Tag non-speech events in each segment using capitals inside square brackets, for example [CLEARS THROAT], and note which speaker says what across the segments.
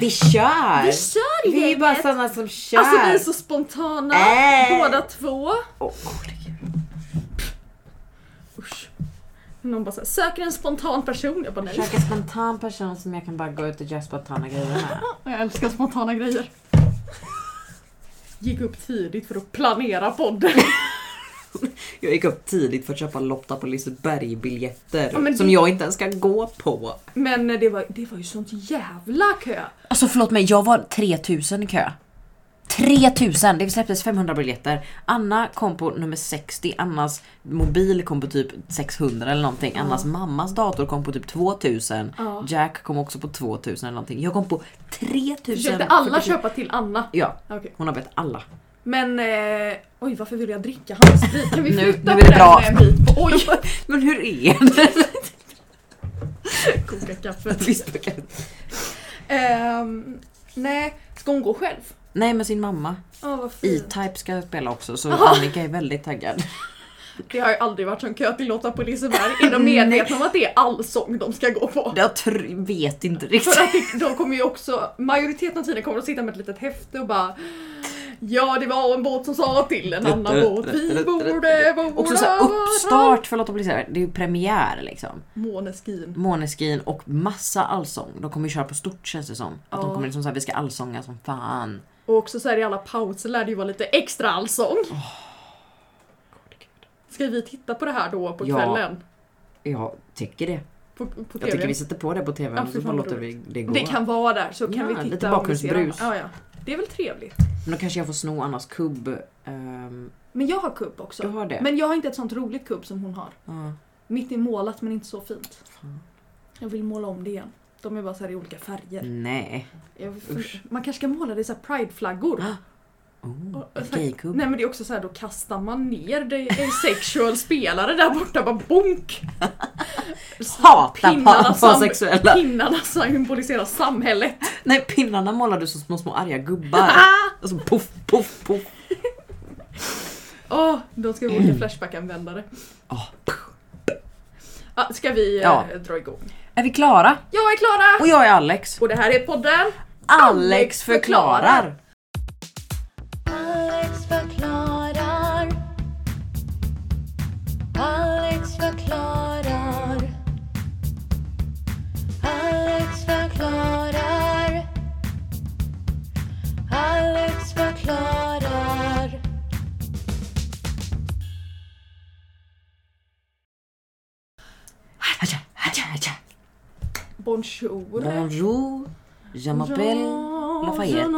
Speaker 1: Vi kör!
Speaker 2: Vi kör
Speaker 1: Vi är
Speaker 2: gänget.
Speaker 1: bara sådana som kör.
Speaker 2: Alltså vi är så spontana
Speaker 1: Äh.
Speaker 2: båda två.
Speaker 1: Åh,
Speaker 2: Usch. Någon bara såhär, söker en spontan person. Jag bara nej.
Speaker 1: Försöka spontan person som jag kan bara gå ut och göra spontana grejer med.
Speaker 2: Jag älskar spontana grejer. Gick upp tidigt för att planera podden.
Speaker 1: [LAUGHS] Jag gick upp tidigt för att köpa Lotta på Liseberg-biljetter
Speaker 2: Ja, men
Speaker 1: som
Speaker 2: det-
Speaker 1: jag inte ens ska gå på.
Speaker 2: Men det var, det var ju sånt jävla kö.
Speaker 1: Alltså förlåt mig, jag var 3000 i kö. 3000! Det släpptes 500 biljetter. Anna kom på nummer 60, Annas mobil kom på typ 600 eller någonting. Annas mammas dator kom på typ 2000.
Speaker 2: Ja.
Speaker 1: Jack kom också på 2000 eller någonting. Jag kom på 3000!
Speaker 2: Försökte alla köpa till Anna.
Speaker 1: Ja,
Speaker 2: Okej.
Speaker 1: hon har bett alla.
Speaker 2: Men eh, oj varför vill jag dricka hans sprit? Kan vi
Speaker 1: Nu-
Speaker 2: flytta
Speaker 1: nu är
Speaker 2: på
Speaker 1: det
Speaker 2: den
Speaker 1: bra.
Speaker 2: en bit?
Speaker 1: [LAUGHS]
Speaker 2: På? Oj!
Speaker 1: Men hur är [LAUGHS] det?
Speaker 2: Koka kaffet.
Speaker 1: Visst, okej.
Speaker 2: Ehm, nej, ska hon gå själv?
Speaker 1: Nej men sin mamma.
Speaker 2: Ja vad fint.
Speaker 1: E-Type ska spela också så
Speaker 2: Jaha.
Speaker 1: Annika är väldigt taggad.
Speaker 2: Det har ju aldrig varit sån kö till Lotta på Liseberg. Är de medvetna om att det är allsång de ska gå på?
Speaker 1: [LAUGHS] Jag tr- vet inte
Speaker 2: För
Speaker 1: riktigt.
Speaker 2: att det- de kommer ju också, majoriteten av tiden kommer de sitta med ett litet häfte och bara Ja det var en båt som sa till en annan båt vi borde vårda
Speaker 1: Också så här
Speaker 2: varandra."
Speaker 1: uppstart för Lotta på Liseberg, det är ju premiär liksom.
Speaker 2: Måneskin.
Speaker 1: Måneskin och massa allsång. De kommer ju köra på stort känns det som. Att de
Speaker 2: Ja.
Speaker 1: kommer liksom såhär, vi ska allsånga som fan.
Speaker 2: Och också så här i alla pauser lär det ju vara lite extra allsång. Ska vi titta på det här då på
Speaker 1: Ja.
Speaker 2: kvällen?
Speaker 1: Jag tycker det.
Speaker 2: På, på
Speaker 1: Jag tycker
Speaker 2: TV?
Speaker 1: vi sätter på det på TVn
Speaker 2: Ja,
Speaker 1: och
Speaker 2: fy
Speaker 1: så
Speaker 2: fan
Speaker 1: bara
Speaker 2: vad
Speaker 1: låter vi det gå.
Speaker 2: Det kan vara där så kan
Speaker 1: Ja,
Speaker 2: vi titta
Speaker 1: lite
Speaker 2: om vi ser
Speaker 1: bakgrundsbrus.
Speaker 2: annat. Ja, ja. Det är väl trevligt.
Speaker 1: Men då kanske jag får sno Annas kubb. ehm,
Speaker 2: Men jag har kubb också.
Speaker 1: du har det?
Speaker 2: Men jag har inte ett sånt roligt kubb som hon har.
Speaker 1: Ja.
Speaker 2: Mitt är målat men inte så fint.
Speaker 1: Fan.
Speaker 2: Jag vill måla om det igen. De är bara så här i olika färger.
Speaker 1: Nej.
Speaker 2: Jag,
Speaker 1: Usch.
Speaker 2: man kanske ska måla det i så här prideflaggor.
Speaker 1: Oh,
Speaker 2: Och- och så här-
Speaker 1: Gaykubb.
Speaker 2: Nej men det är också så här då kastar man ner det asexual spelare där borta bara bonk.
Speaker 1: Hata
Speaker 2: Pinnarna
Speaker 1: pa-
Speaker 2: sam-
Speaker 1: homosexuella.
Speaker 2: Pinnarna symboliserar samhället.
Speaker 1: Nej pinnarna målar du som små små arga [LAUGHS] gubbar.
Speaker 2: Ah!
Speaker 1: Alltså, och så poff poff poff.
Speaker 2: Åh, de ska vara
Speaker 1: Mm.
Speaker 2: olika flashback-användare.
Speaker 1: Ah.
Speaker 2: Ah, ska vi eh,
Speaker 1: Ja.
Speaker 2: dra igång?
Speaker 1: Är vi klara?
Speaker 2: Jag är Klara!
Speaker 1: Och jag är Alex.
Speaker 2: Och det här är podden
Speaker 1: Alex förklarar.
Speaker 3: Alex förklarar. Alex förklarar. Alex förklarar. Alex förklarar.
Speaker 1: Haja, haja, haja.
Speaker 2: Bonjour.
Speaker 1: Bonjour. Je m'appelle. Lafayette.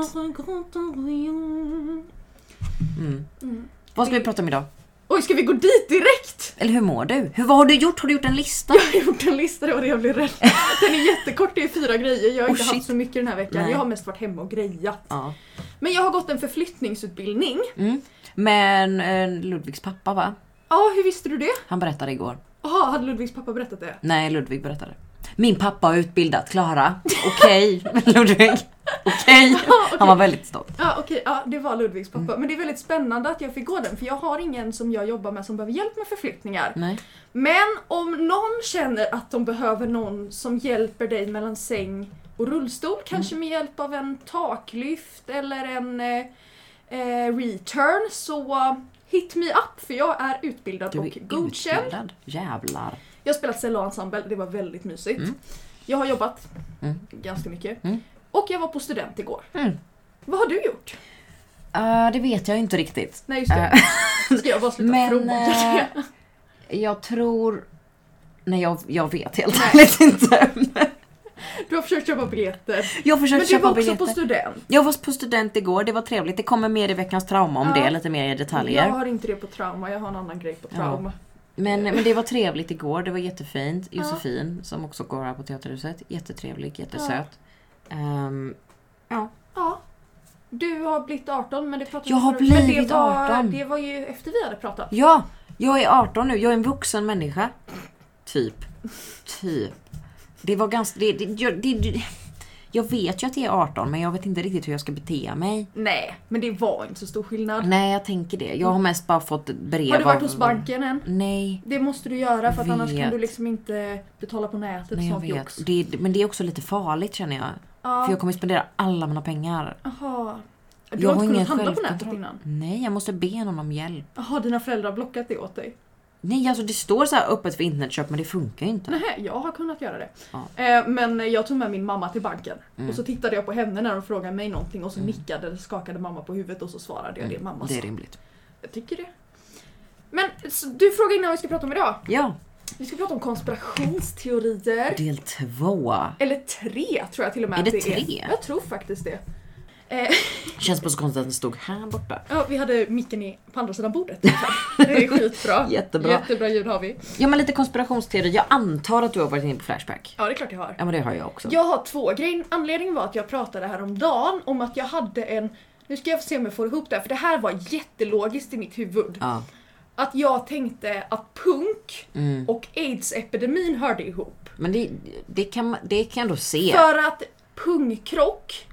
Speaker 1: Mm.
Speaker 2: Mm.
Speaker 1: Vad ska vi prata om idag?
Speaker 2: Oj, ska vi gå dit direkt?
Speaker 1: Eller hur mår du? Hur, vad har du gjort? Har du gjort en [LAUGHS] lista?
Speaker 2: Jag har gjort en lista, det var det jag blev rädd Den är jättekort, det är fyra grejer. Jag har
Speaker 1: Oh,
Speaker 2: inte
Speaker 1: shit.
Speaker 2: haft så mycket den här veckan.
Speaker 1: Nej.
Speaker 2: Jag har mest varit hemma och grejat.
Speaker 1: Ja.
Speaker 2: Men jag har gått en förflyttningsutbildning.
Speaker 1: Mm. Men eh, Ludvigs pappa va?
Speaker 2: Ja, hur visste du det?
Speaker 1: Han berättade igår.
Speaker 2: Jaha, hade Ludvigs pappa berättat det?
Speaker 1: Nej, Ludvig berättade. Min pappa har utbildat [LAUGHS] Klara. Okej, Ludvig. Okej. Han var väldigt stolt.
Speaker 2: Ja okej, ja, det var Ludvigs pappa.
Speaker 1: Mm.
Speaker 2: Men det är väldigt spännande att jag fick gå den för jag har ingen som jag jobbar med som behöver hjälp med förflyttningar.
Speaker 1: Nej.
Speaker 2: Men om någon känner att de behöver någon som hjälper dig mellan säng och
Speaker 1: Mm.
Speaker 2: rullstol, kanske med hjälp av en taklyft eller en eh, eh, return, så hit me up för jag är utbildad
Speaker 1: Du
Speaker 2: och
Speaker 1: är
Speaker 2: godkänd.
Speaker 1: utbildad. Jävlar.
Speaker 2: Jag har spelat cello ensemble, det var väldigt mysigt.
Speaker 1: Mm.
Speaker 2: Jag har jobbat
Speaker 1: Mm.
Speaker 2: ganska mycket.
Speaker 1: Mm.
Speaker 2: Och jag var på student igår.
Speaker 1: Mm.
Speaker 2: Vad har du gjort?
Speaker 1: Eh, det vet jag inte riktigt.
Speaker 2: Nej just det,
Speaker 1: Eh,
Speaker 2: ska jag bara sluta
Speaker 1: [LAUGHS] men, eh,
Speaker 2: fråga det?
Speaker 1: jag tror... Nej jag, jag vet helt ärligt inte.
Speaker 2: [LAUGHS] Du har försökt köpa biljetter.
Speaker 1: Jag
Speaker 2: Men
Speaker 1: försökte
Speaker 2: du var
Speaker 1: köpa
Speaker 2: också
Speaker 1: biljetter.
Speaker 2: på student.
Speaker 1: jag var på student igår, det var trevligt. Det kommer mer i veckans trauma om
Speaker 2: Ja.
Speaker 1: det, lite mer i detaljer.
Speaker 2: Jag har inte det på trauma, jag har en annan grej på
Speaker 1: Ja.
Speaker 2: trauma.
Speaker 1: Men, men det var trevligt igår, det var jättefint. Josefin som också går här på Teaterhuset, jättetrevlig, jättesöt. Ehm,
Speaker 2: Ja. Du har blivit 18 men det pratade
Speaker 1: Jag
Speaker 2: vi
Speaker 1: har
Speaker 2: förut- men
Speaker 1: blivit
Speaker 2: det var,
Speaker 1: 18.
Speaker 2: Det var ju efter vi hade pratat.
Speaker 1: ja, jag är 18 nu, jag är en vuxen människa. Typ. Typ. Det var ganska... Det, det, jag- det, det, jag vet ju att jag är 18 men jag vet inte riktigt hur jag ska bete mig.
Speaker 2: Nej, men det var inte så stor skillnad.
Speaker 1: Nej jag tänker det. Jag har mest bara fått brev
Speaker 2: Har du varit
Speaker 1: av-
Speaker 2: hos banken än?
Speaker 1: Nej.
Speaker 2: Det måste du göra för att annars
Speaker 1: Vet.
Speaker 2: kan du liksom inte betala på nätet och
Speaker 1: Nej jag
Speaker 2: sånt
Speaker 1: vet.
Speaker 2: jox.
Speaker 1: Det, men det är också lite farligt känner jag.
Speaker 2: Ja.
Speaker 1: För jag kommer ju spendera alla mina pengar.
Speaker 2: Jaha. Du
Speaker 1: Jag
Speaker 2: har
Speaker 1: har
Speaker 2: inte
Speaker 1: ingen
Speaker 2: kunnat handla på nätet
Speaker 1: självkontroll.
Speaker 2: innan?
Speaker 1: Nej, jag måste be någon om hjälp.
Speaker 2: Jaha, dina föräldrar har blockat det åt dig?
Speaker 1: Nej, alltså det står så här öppet för internetköp men det funkar ju inte.
Speaker 2: Nej, jag har kunnat göra det.
Speaker 1: Ja.
Speaker 2: Eh, Men jag tog med min mamma till banken
Speaker 1: Mm.
Speaker 2: och så tittade jag på henne när hon frågade mig någonting och så nickade eller skakade mamma på huvudet och så svarade jag det mamma sa.
Speaker 1: Mm. Det är rimligt.
Speaker 2: Jag tycker det. Men så, du frågade innan vad vi ska prata om idag.
Speaker 1: Ja,
Speaker 2: Vi ska prata om konspirationsteorier.
Speaker 1: del två.
Speaker 2: Eller tre tror jag till och med
Speaker 1: Är
Speaker 2: att
Speaker 1: det
Speaker 2: Är.
Speaker 1: tre?
Speaker 2: Jag tror faktiskt det. Eh,
Speaker 1: Känns bara så konstigt att den stod här borta.
Speaker 2: ja, vi hade micken i, på andra
Speaker 1: [LAUGHS]
Speaker 2: sidan bordet. Det är skitbra.
Speaker 1: Jättebra.
Speaker 2: Jättebra ljud har vi.
Speaker 1: Ja men lite konspirationsteori. Jag antar att du har varit inne på Flashback.
Speaker 2: Ja, det är klart jag har.
Speaker 1: Ja men det har jag också.
Speaker 2: Jag har två grejer. Anledningen var att jag pratade häromdagen om att jag hade en... Nu ska jag se om jag får ihop det här, för det här var jättelogiskt i mitt huvud.
Speaker 1: Ja.
Speaker 2: Att jag tänkte att punk
Speaker 1: Mm.
Speaker 2: och aids-epidemin hörde ihop.
Speaker 1: Men det, det, kan, man- det kan jag ändå se.
Speaker 2: För att pungkrock,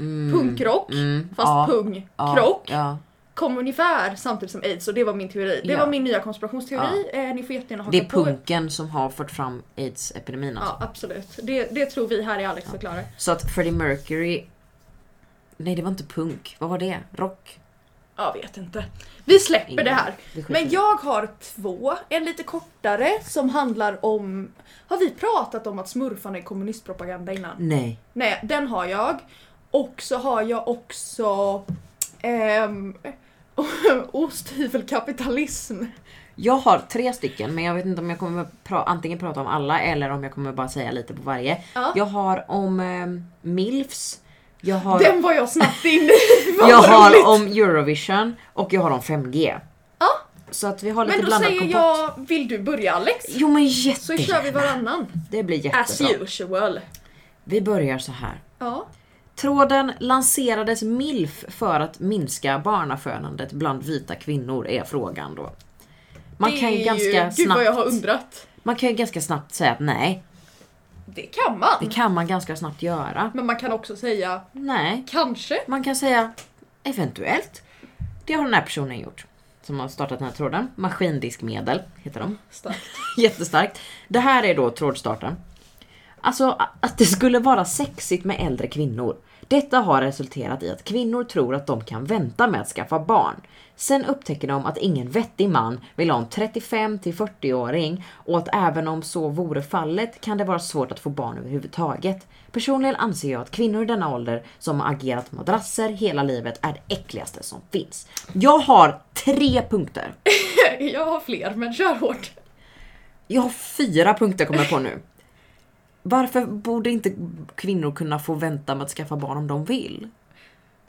Speaker 1: Mm.
Speaker 2: punkrock,
Speaker 1: Mm.
Speaker 2: fast
Speaker 1: Ja. Ja.
Speaker 2: pungkrock,
Speaker 1: Ja.
Speaker 2: kom ungefär samtidigt som aids och det var min teori. Det
Speaker 1: Ja.
Speaker 2: var min nya konspirationsteori. Eh, ni får jättegärna haka
Speaker 1: Det är
Speaker 2: på.
Speaker 1: punken som har fört fram aids-epidemin alltså.
Speaker 2: Ja, absolut. Det, det tror vi här i Alex förklarar.
Speaker 1: Så att Freddie Mercury... Nej det var inte punk. Vad var det? Rock?
Speaker 2: Jag vet inte. Vi släpper
Speaker 1: Ingen.
Speaker 2: det här.
Speaker 1: Det skiter
Speaker 2: Men
Speaker 1: vi i.
Speaker 2: jag har två, en lite kortare som handlar om... Har vi pratat om att smurfarna är kommunistpropaganda innan?
Speaker 1: Nej.
Speaker 2: Nej, den har jag. Och så har jag också... Ehm, [LAUGHS] Osthyvelkapitalism.
Speaker 1: Jag har tre stycken men jag vet inte om jag kommer pra- antingen prata om alla eller om jag kommer bara säga lite på varje.
Speaker 2: Ja.
Speaker 1: Jag har om ehm, milfs. Jag har,
Speaker 2: Den var jag snabbt inne i. [LAUGHS] Vad
Speaker 1: jag
Speaker 2: roligt.
Speaker 1: har om Eurovision och jag har om 5G.
Speaker 2: Ja.
Speaker 1: Så att vi har lite
Speaker 2: Men då
Speaker 1: blandat
Speaker 2: säger
Speaker 1: kompott.
Speaker 2: jag, vill du börja Alex?
Speaker 1: Jo men
Speaker 2: Så kör vi
Speaker 1: jättegärna.
Speaker 2: varannan.
Speaker 1: Det blir
Speaker 2: As
Speaker 1: jättebra.
Speaker 2: usual.
Speaker 1: Vi börjar så här.
Speaker 2: Ja.
Speaker 1: Tråden lanserades milf för att minska barnafödandet bland vita kvinnor är frågan då. Man
Speaker 2: det
Speaker 1: kan, ju
Speaker 2: är
Speaker 1: ganska
Speaker 2: Gud vad jag
Speaker 1: snabbt,
Speaker 2: har undrat.
Speaker 1: man kan ju ganska snabbt säga att nej,
Speaker 2: Det kan man.
Speaker 1: det kan man ganska snabbt göra.
Speaker 2: Men man kan också säga
Speaker 1: Nej,
Speaker 2: kanske.
Speaker 1: man kan säga eventuellt. Det har den här personen gjort som har startat den här tråden. Maskindiskmedel heter de.
Speaker 2: Starkt.
Speaker 1: [LAUGHS] Jättestarkt. Det här är då trådstarten. Alltså a- att det skulle vara sexigt med äldre kvinnor. Detta har resulterat i att kvinnor tror att de kan vänta med att skaffa barn. Sen upptäcker de att ingen vettig man vill ha en 35 till 40-åring och att även om så vore fallet kan det vara svårt att få barn överhuvudtaget. Personligen anser jag att kvinnor i denna ålder som har agerat madrasser hela livet är det äckligaste som finns. Jag har tre punkter.
Speaker 2: [LAUGHS] Jag har fler men kör hårt.
Speaker 1: Jag har fyra punkter kommer jag på nu. Varför borde inte kvinnor kunna få vänta med att skaffa barn om de vill?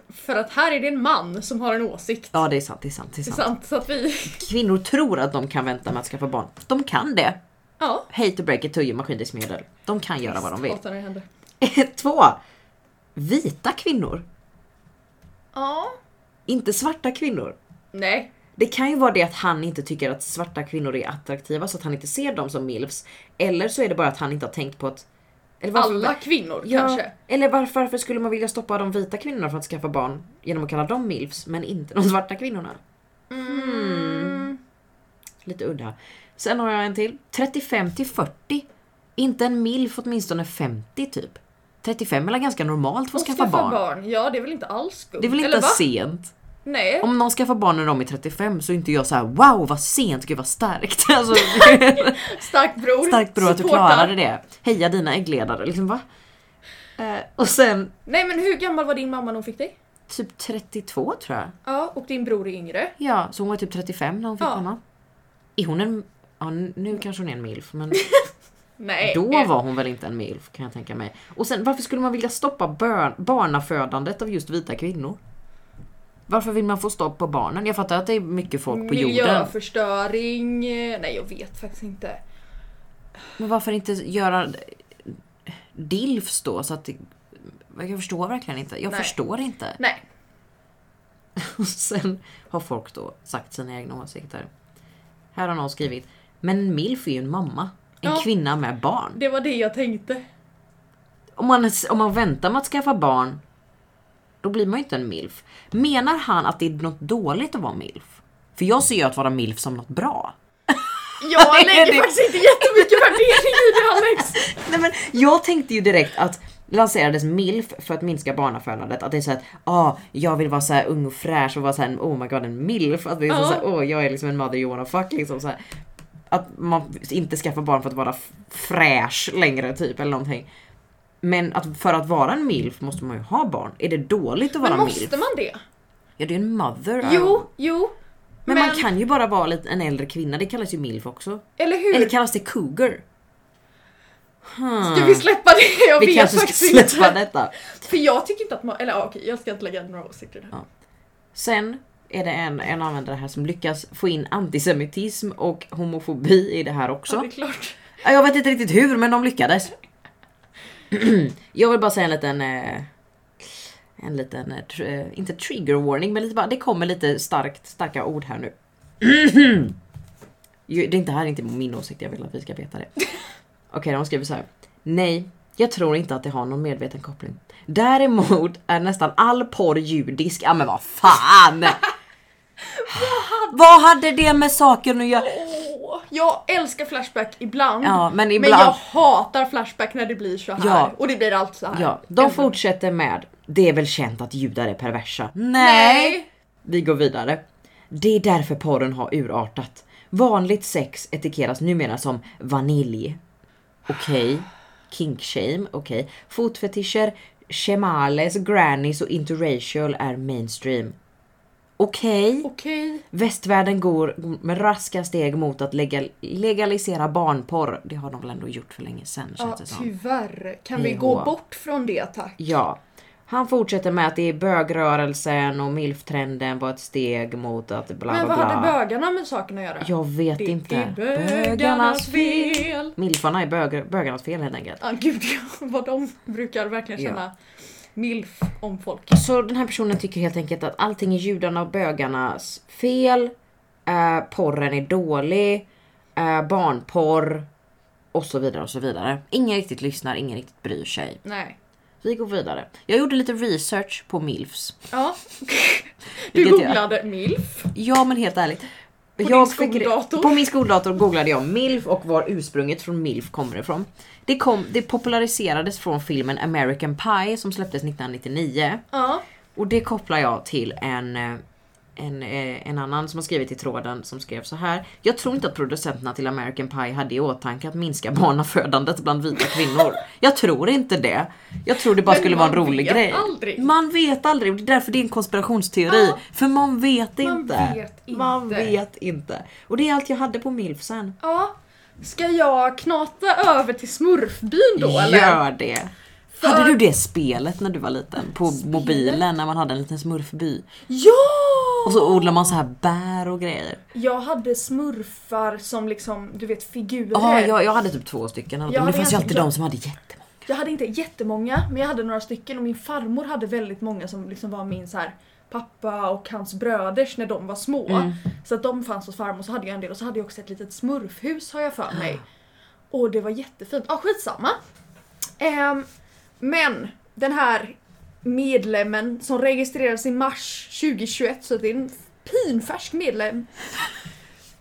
Speaker 2: För att här är det en man som har en åsikt.
Speaker 1: Ja det är sant, det är sant, det är
Speaker 2: Det är
Speaker 1: sant.
Speaker 2: sant så att vi... [LAUGHS]
Speaker 1: Kvinnor tror att de kan vänta med att skaffa barn. De kan det.
Speaker 2: Ja.
Speaker 1: Hate to break it to you maskindiskmedel. De kan göra vad de vill. [LAUGHS]
Speaker 2: Hatar när det händer.
Speaker 1: Två. Vita kvinnor.
Speaker 2: Ja.
Speaker 1: Inte svarta kvinnor.
Speaker 2: Nej.
Speaker 1: Det kan ju vara det att han inte tycker att svarta kvinnor är attraktiva så att han inte ser dem som milfs. Eller så är det bara att han inte har tänkt på att... Eller varför-
Speaker 2: Alla kvinnor
Speaker 1: Ja,
Speaker 2: kanske.
Speaker 1: Eller varför, varför skulle man vilja stoppa de vita kvinnorna från att skaffa barn genom att kalla dem milfs men inte de svarta kvinnorna?
Speaker 2: Mm.
Speaker 1: Lite udda. Sen har jag en till. 35 till 40. Inte en milf åtminstone 50 typ. 35 är väl ganska normalt för att
Speaker 2: Och
Speaker 1: skaffa barn.
Speaker 2: Ja det är väl inte alls skumt.
Speaker 1: Det är väl inte
Speaker 2: Eller va?
Speaker 1: sent?
Speaker 2: Nej.
Speaker 1: Om någon skaffar barn när de är 35 så är inte jag så här: wow vad sent, gud vad starkt. [LAUGHS] Alltså,
Speaker 2: Stark bror.
Speaker 1: starkt bra att du
Speaker 2: Supportar.
Speaker 1: klarade det. Heja dina äggledare, liksom va? Eh, och sen
Speaker 2: Nej men hur gammal var din mamma när hon fick dig?
Speaker 1: typ 32 tror jag.
Speaker 2: Ja, och din bror är yngre.
Speaker 1: Ja, så hon var typ 35 när hon fick
Speaker 2: Ja.
Speaker 1: honom. Är hon en... Ja, nu kanske hon är en milf, men
Speaker 2: Nej.
Speaker 1: då var hon väl inte en milf kan jag tänka mig. Och sen varför skulle man vilja stoppa bör- barnafödandet av just vita kvinnor? Varför vill man få stopp på barnen? Jag fattar att det är mycket folk på jorden.
Speaker 2: Miljöförstöring. eh, Nej jag vet faktiskt inte.
Speaker 1: Men varför inte göra dilfs då? Så att det... Jag förstår verkligen inte. Jag
Speaker 2: Nej.
Speaker 1: förstår inte.
Speaker 2: Nej.
Speaker 1: Och sen har folk då sagt sina egna åsikter. Här har någon skrivit, men milf är ju en mamma. En
Speaker 2: Ja.
Speaker 1: kvinna med barn.
Speaker 2: Det var det
Speaker 1: [LAUGHS]
Speaker 2: jag tänkte.
Speaker 1: om man, om man väntar med att skaffa barn, då blir man ju inte en milf. Menar han att det är något dåligt att vara milf? För jag ser ju att vara milf som något bra.
Speaker 2: Jag lägger
Speaker 1: det-
Speaker 2: faktiskt inte jättemycket värdering i det Alex.
Speaker 1: Nej men jag tänkte ju direkt att lanserades MILF för att minska barnafödandet. Att det är såhär att ah, jag vill vara såhär ung och fräsch och vara såhär oh my god en MILF. Att det är
Speaker 2: Ja.
Speaker 1: såhär åh jag är liksom en mother you wanna fuck liksom såhär. Att man inte skaffar barn för att vara f- fräsch längre typ eller någonting. Men att för att vara en MILF måste man ju ha barn. Är det dåligt att vara
Speaker 2: Men
Speaker 1: en
Speaker 2: måste
Speaker 1: MILF?
Speaker 2: man det?
Speaker 1: Ja det är ju en mother.
Speaker 2: Jo, jo.
Speaker 1: Men, man kan ju bara vara lite, en äldre kvinna, det kallas ju milf också.
Speaker 2: Eller hur?
Speaker 1: Eller kallas det cougar? Hmm.
Speaker 2: Ska vi släppa det? Jag
Speaker 1: vi
Speaker 2: vet
Speaker 1: kanske ska
Speaker 2: faktiskt
Speaker 1: släppa
Speaker 2: inte.
Speaker 1: detta.
Speaker 2: För jag tycker inte att man... Eller ja, okej, jag ska inte lägga några åsikter där.
Speaker 1: Sen är det en, en användare här som lyckas få in antisemitism och homofobi i det här också.
Speaker 2: Ja, det är klart.
Speaker 1: Ja, Jag vet inte riktigt hur men de lyckades. [CLEARS THROAT] Jag vill bara säga en liten eh, en liten, eh, tr- eh, inte trigger warning, men lite bara, det kommer lite starkt, starka ord här nu. [CLEARS THROAT] Ju- det är inte här är inte min åsikt, jag vill att vi ska veta det. Okej, de skriver så här. Nej, jag tror inte att det har någon medveten koppling. Däremot är nästan all porr judisk. Ja men vad fan! vad hade det med saken att göra?
Speaker 2: Åh, jag älskar Flashback ibland.
Speaker 1: Ja, men
Speaker 2: Men
Speaker 1: ibland-
Speaker 2: jag hatar Flashback när det blir så här.
Speaker 1: Ja.
Speaker 2: Och det blir allt så här.
Speaker 1: Ja, de
Speaker 2: Ändå.
Speaker 1: fortsätter med Det är väl känt att judar är perversa.
Speaker 2: Nej!
Speaker 1: Vi går vidare. Det är därför porren har urartat. Vanligt sex etikeras numera som vanilj. Okej. Kink shame, okej. Fotfetischer, shemales, grannies och interracial är mainstream. Okej.
Speaker 2: Okej.
Speaker 1: Västvärlden går med raska steg mot att legal- legalisera barnporr. Det har de väl ändå gjort för länge sedan
Speaker 2: Ja,
Speaker 1: känns det som.
Speaker 2: tyvärr. Kan vi
Speaker 1: IH.
Speaker 2: gå bort från det tack?
Speaker 1: Ja. Han fortsätter med att det är bögrörelsen och milftrenden var ett steg mot att bla bla
Speaker 2: Men
Speaker 1: bla.
Speaker 2: vad hade bögarna med saken att göra?
Speaker 1: Jag vet
Speaker 2: det
Speaker 1: inte.
Speaker 2: är bögarnas fel.
Speaker 1: Milfarna är bög, bögarnas fel helt enkelt.
Speaker 2: [LAUGHS] Ah, gud vad de brukar verkligen
Speaker 1: Ja.
Speaker 2: känna milf om folk.
Speaker 1: Så den här personen tycker helt enkelt att allting är judarna och bögarnas fel. Eh, porren är dålig. Eh, barnporr. Och så vidare och så vidare. Ingen riktigt lyssnar, ingen riktigt bryr sig.
Speaker 2: Nej.
Speaker 1: Vi går vidare. Jag gjorde lite research på milfs. [LAUGHS]
Speaker 2: Ja. Du
Speaker 1: Vilket jag-
Speaker 2: googlade milf.
Speaker 1: Ja men helt ärligt. På
Speaker 2: din skoldator?
Speaker 1: På min skoldator googlade jag milf och var ursprunget från milf kommer ifrån. Det, kom, det populariserades från filmen American Pie som släpptes 1999.
Speaker 2: Ja.
Speaker 1: Och det kopplar jag till en, eh, en, eh, en annan som har skrivit i tråden som skrev så här. Jag tror inte att producenterna till American Pie hade i åtanke att minska barnafödandet bland vita kvinnor. Jag tror inte det. Jag tror det bara
Speaker 2: Men
Speaker 1: skulle vara en
Speaker 2: man
Speaker 1: rolig
Speaker 2: vet
Speaker 1: grej.
Speaker 2: aldrig.
Speaker 1: Man vet aldrig. Det är därför det är en konspirationsteori.
Speaker 2: Ja.
Speaker 1: För man vet
Speaker 2: Man
Speaker 1: inte.
Speaker 2: vet inte.
Speaker 1: Man vet inte. Och det är allt jag hade på milfsen.
Speaker 2: Ja. Ska jag knata över till smurfbyn då eller?
Speaker 1: Gör det!
Speaker 2: För-
Speaker 1: Hade du det spelet när du var liten? På mobilen när man hade en liten smurfby? Och
Speaker 2: Ja!
Speaker 1: så odlar man så här bär och grejer.
Speaker 2: Jag hade smurfar som liksom, du vet figurer.
Speaker 1: Ja, jag, jag hade typ två stycken.
Speaker 2: Jag
Speaker 1: men det
Speaker 2: hade
Speaker 1: fanns ju
Speaker 2: ganska-
Speaker 1: alltid de som hade jättemånga.
Speaker 2: Jag hade inte jättemånga, men jag hade några stycken och min farmor hade väldigt många som liksom var min så här, pappa och hans bröders när de var små. Så att de fanns hos farmor, så hade jag en del och så hade jag också ett litet smurfhus har jag för mig. Och det var jättefint. Ja, ah, skitsamma. Ehm, men den här medlemmen som registrerades i mars 2021, så det är en pinfärsk medlem.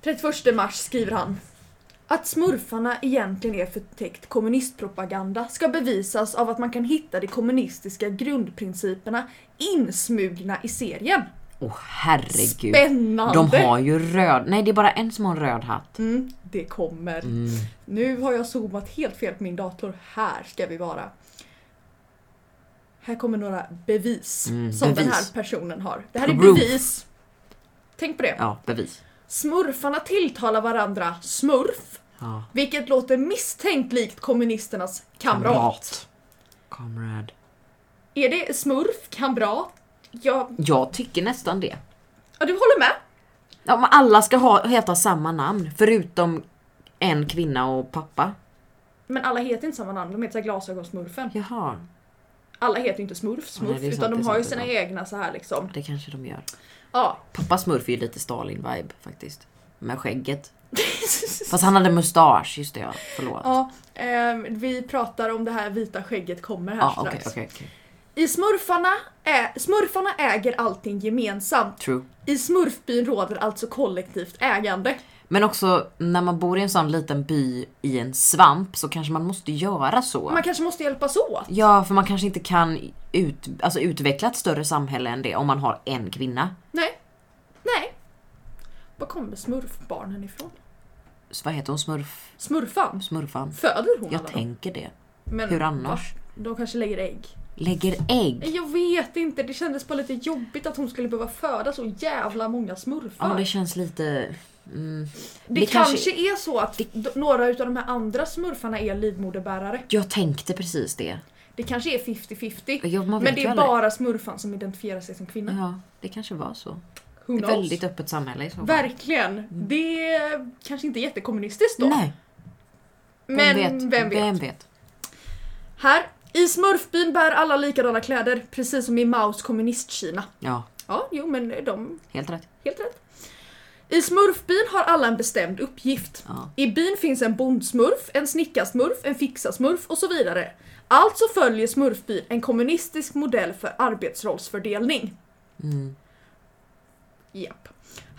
Speaker 2: 31 mars skriver han. Att smurfarna egentligen är förtäckt kommunistpropaganda ska bevisas av att man kan hitta de kommunistiska grundprinciperna insmugna i serien.
Speaker 1: Åh herregud.
Speaker 2: Spännande!
Speaker 1: De har ju röd... Nej det är bara en som har en röd hatt.
Speaker 2: Mm, det kommer.
Speaker 1: Mm.
Speaker 2: Nu har jag zoomat helt fel på min dator. Här ska vi vara. Här kommer några bevis
Speaker 1: Mm,
Speaker 2: som den
Speaker 1: bevis.
Speaker 2: här personen har. Det här är
Speaker 1: Proof.
Speaker 2: bevis. Tänk på det.
Speaker 1: Ja, bevis.
Speaker 2: Smurfarna tilltalar varandra smurf,
Speaker 1: Ja.
Speaker 2: vilket låter misstänkt likt kommunisternas kamrat.
Speaker 1: Kamrad.
Speaker 2: Är det smurf, kamrat? Ja,
Speaker 1: Jag tycker nästan det.
Speaker 2: ja du håller med?
Speaker 1: Ja, men alla ska ha, heta samma namn förutom en kvinna och pappa.
Speaker 2: Men alla heter inte samma namn, de heter så här glasögonsmurfen.
Speaker 1: Jaha,
Speaker 2: Alla heter ju inte smurf, smurf,
Speaker 1: det är sant,
Speaker 2: utan
Speaker 1: det
Speaker 2: de
Speaker 1: är
Speaker 2: har ju
Speaker 1: sant,
Speaker 2: sina
Speaker 1: det
Speaker 2: egna så här liksom.
Speaker 1: det kanske de gör. [LAUGHS]
Speaker 2: Ja.
Speaker 1: Pappa Smurf är ju lite Stalin-vibe faktiskt. Med skägget. Fast han hade mustasch, just det ja. Förlåt.
Speaker 2: ja ehm, vi pratar om det här vita skägget kommer här
Speaker 1: Ja,
Speaker 2: strax.
Speaker 1: Ah, okej, okej. okej.
Speaker 2: I smurfarna, ä- smurfarna äger allting gemensamt.
Speaker 1: True.
Speaker 2: I smurfbyn råder alltså kollektivt ägande.
Speaker 1: Men också när man bor i en sån liten by i en svamp så kanske man måste göra så.
Speaker 2: Man kanske måste hjälpas åt.
Speaker 1: Ja, för man kanske inte kan ut, alltså utveckla ett större samhälle än det om man har en kvinna.
Speaker 2: Nej. Nej. Var kommer smurfbarnen ifrån?
Speaker 1: Så vad heter hon? Smurf?
Speaker 2: Smurfan?
Speaker 1: Smurfan?
Speaker 2: Föder hon
Speaker 1: Jag
Speaker 2: alla dem?
Speaker 1: tänker det.
Speaker 2: Men
Speaker 1: Hur annars?
Speaker 2: va? De kanske lägger ägg.
Speaker 1: Lägger ägg?
Speaker 2: Jag vet inte, det kändes bara lite jobbigt att hon skulle behöva föda så jävla många
Speaker 1: Ja,
Speaker 2: smurfar.
Speaker 1: det
Speaker 2: det
Speaker 1: känns lite... Mm. det
Speaker 2: kanske...
Speaker 1: kanske-
Speaker 2: är så att d- några utav de här andra smurfarna är livmoderbärare.
Speaker 1: Jag tänkte precis det.
Speaker 2: Det kanske är 50-50.
Speaker 1: Ja, man vet
Speaker 2: men det
Speaker 1: ju
Speaker 2: är
Speaker 1: aldrig.
Speaker 2: bara smurfan som identifierar sig som kvinna.
Speaker 1: Ja, det kanske var så.
Speaker 2: Who
Speaker 1: Ett
Speaker 2: knows?
Speaker 1: väldigt öppet samhälle i så fall.
Speaker 2: Verkligen. Det är kanske inte är jättekommunistiskt då.
Speaker 1: Nej,
Speaker 2: men vem vet?
Speaker 1: Vem vet?
Speaker 2: Här. I smurfbyn bär alla likadana kläder, precis som i Maos kommunistkina.
Speaker 1: Ja,
Speaker 2: Ja, jo men de...
Speaker 1: helt rätt.
Speaker 2: Helt rätt. I smurfbyn har alla en bestämd uppgift.
Speaker 1: Ja.
Speaker 2: I byn finns en bondsmurf, en snickarsmurf, en fixasmurf och så vidare. Alltså följer smurfbyn en kommunistisk modell för arbetsrollsfördelning.
Speaker 1: Mm.
Speaker 2: Japp.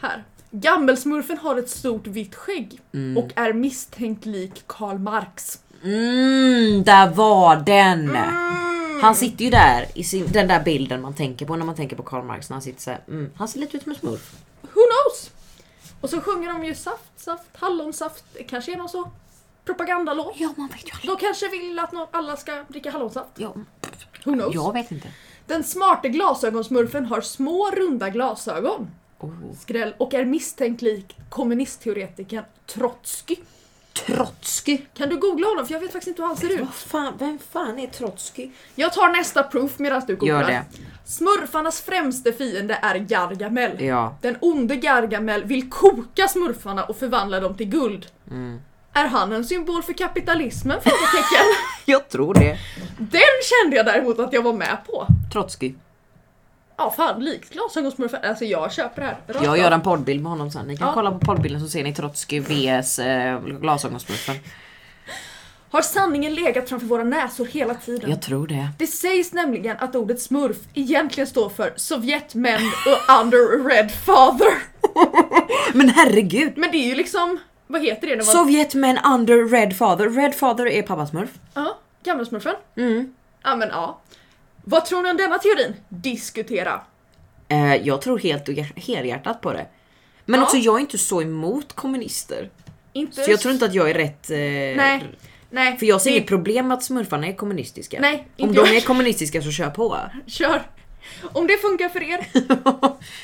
Speaker 2: Här. Gammelsmurfen har ett stort vitt skägg
Speaker 1: Mm.
Speaker 2: och är misstänkt lik Karl Marx.
Speaker 1: Mm, där var den!
Speaker 2: Mm.
Speaker 1: Han sitter ju där i sin, den där bilden man tänker på när man tänker på Karl Marx när han sitter såhär. Mm, han ser lite ut som en smurf.
Speaker 2: Who knows? Och så sjunger de ju saft, saft, hallonsaft. Det kanske är någon så propagandalåt.
Speaker 1: Ja, man vet ju aldrig.
Speaker 2: De kanske vill att nå- alla ska dricka hallonsaft.
Speaker 1: Ja,
Speaker 2: Who knows?
Speaker 1: jag vet inte.
Speaker 2: Den smarte glasögonsmurfen har små runda glasögon.
Speaker 1: Oh.
Speaker 2: Skräll. Och är misstänkt lik kommunistteoretikern Trotsky.
Speaker 1: Trotsky.
Speaker 2: Kan du googla honom? För jag vet faktiskt inte hur han ser ut.
Speaker 1: fan, vem fan är Trotsky?
Speaker 2: Jag tar nästa proof medan du googlar.
Speaker 1: Gör det.
Speaker 2: Smurfarnas främste fiende är Gargamel.
Speaker 1: Ja.
Speaker 2: Den onde Gargamel vill koka smurfarna och förvandla dem till guld.
Speaker 1: Mm.
Speaker 2: Är han en symbol för kapitalismen?
Speaker 1: [LAUGHS]
Speaker 2: Frågetecken.
Speaker 1: Jag tror det.
Speaker 2: Den kände jag däremot att jag var med på.
Speaker 1: Trotsky.
Speaker 2: Ja fan, likt glasögonsmurfar. Alltså jag köper det här. Rakt av.
Speaker 1: Jag gör en poddbild med honom sen. Ni kan
Speaker 2: Ja.
Speaker 1: kolla på poddbilden så ser ni Trotsky vs eh, glasögonsmurfen.
Speaker 2: Har sanningen legat framför våra näsor hela tiden?
Speaker 1: Jag tror det.
Speaker 2: Det sägs nämligen att ordet smurf egentligen står för Sovjet men under red father.
Speaker 1: Men herregud!
Speaker 2: Men det är ju liksom, vad heter det? när man-
Speaker 1: Sovjet men under Red Father. Red Father är pappas smurf.
Speaker 2: Ja, Gammelsmurfen.
Speaker 1: Mm.
Speaker 2: Ja men ja. Vad tror ni om denna teorin? Diskutera.
Speaker 1: Eh, jag tror helt och hjär- helhjärtat på det. Men
Speaker 2: Ja.
Speaker 1: också jag är inte så emot kommunister.
Speaker 2: Inte...
Speaker 1: Så jag tror inte att jag är rätt... Eh,
Speaker 2: Nej. Nej,
Speaker 1: För jag ser
Speaker 2: det-
Speaker 1: inget problem med att smurfarna är kommunistiska.
Speaker 2: Nej,
Speaker 1: Om
Speaker 2: inte
Speaker 1: de
Speaker 2: jag.
Speaker 1: är kommunistiska så kör på.
Speaker 2: [LAUGHS] Kör. Om det funkar för
Speaker 1: [LAUGHS]
Speaker 2: er. Det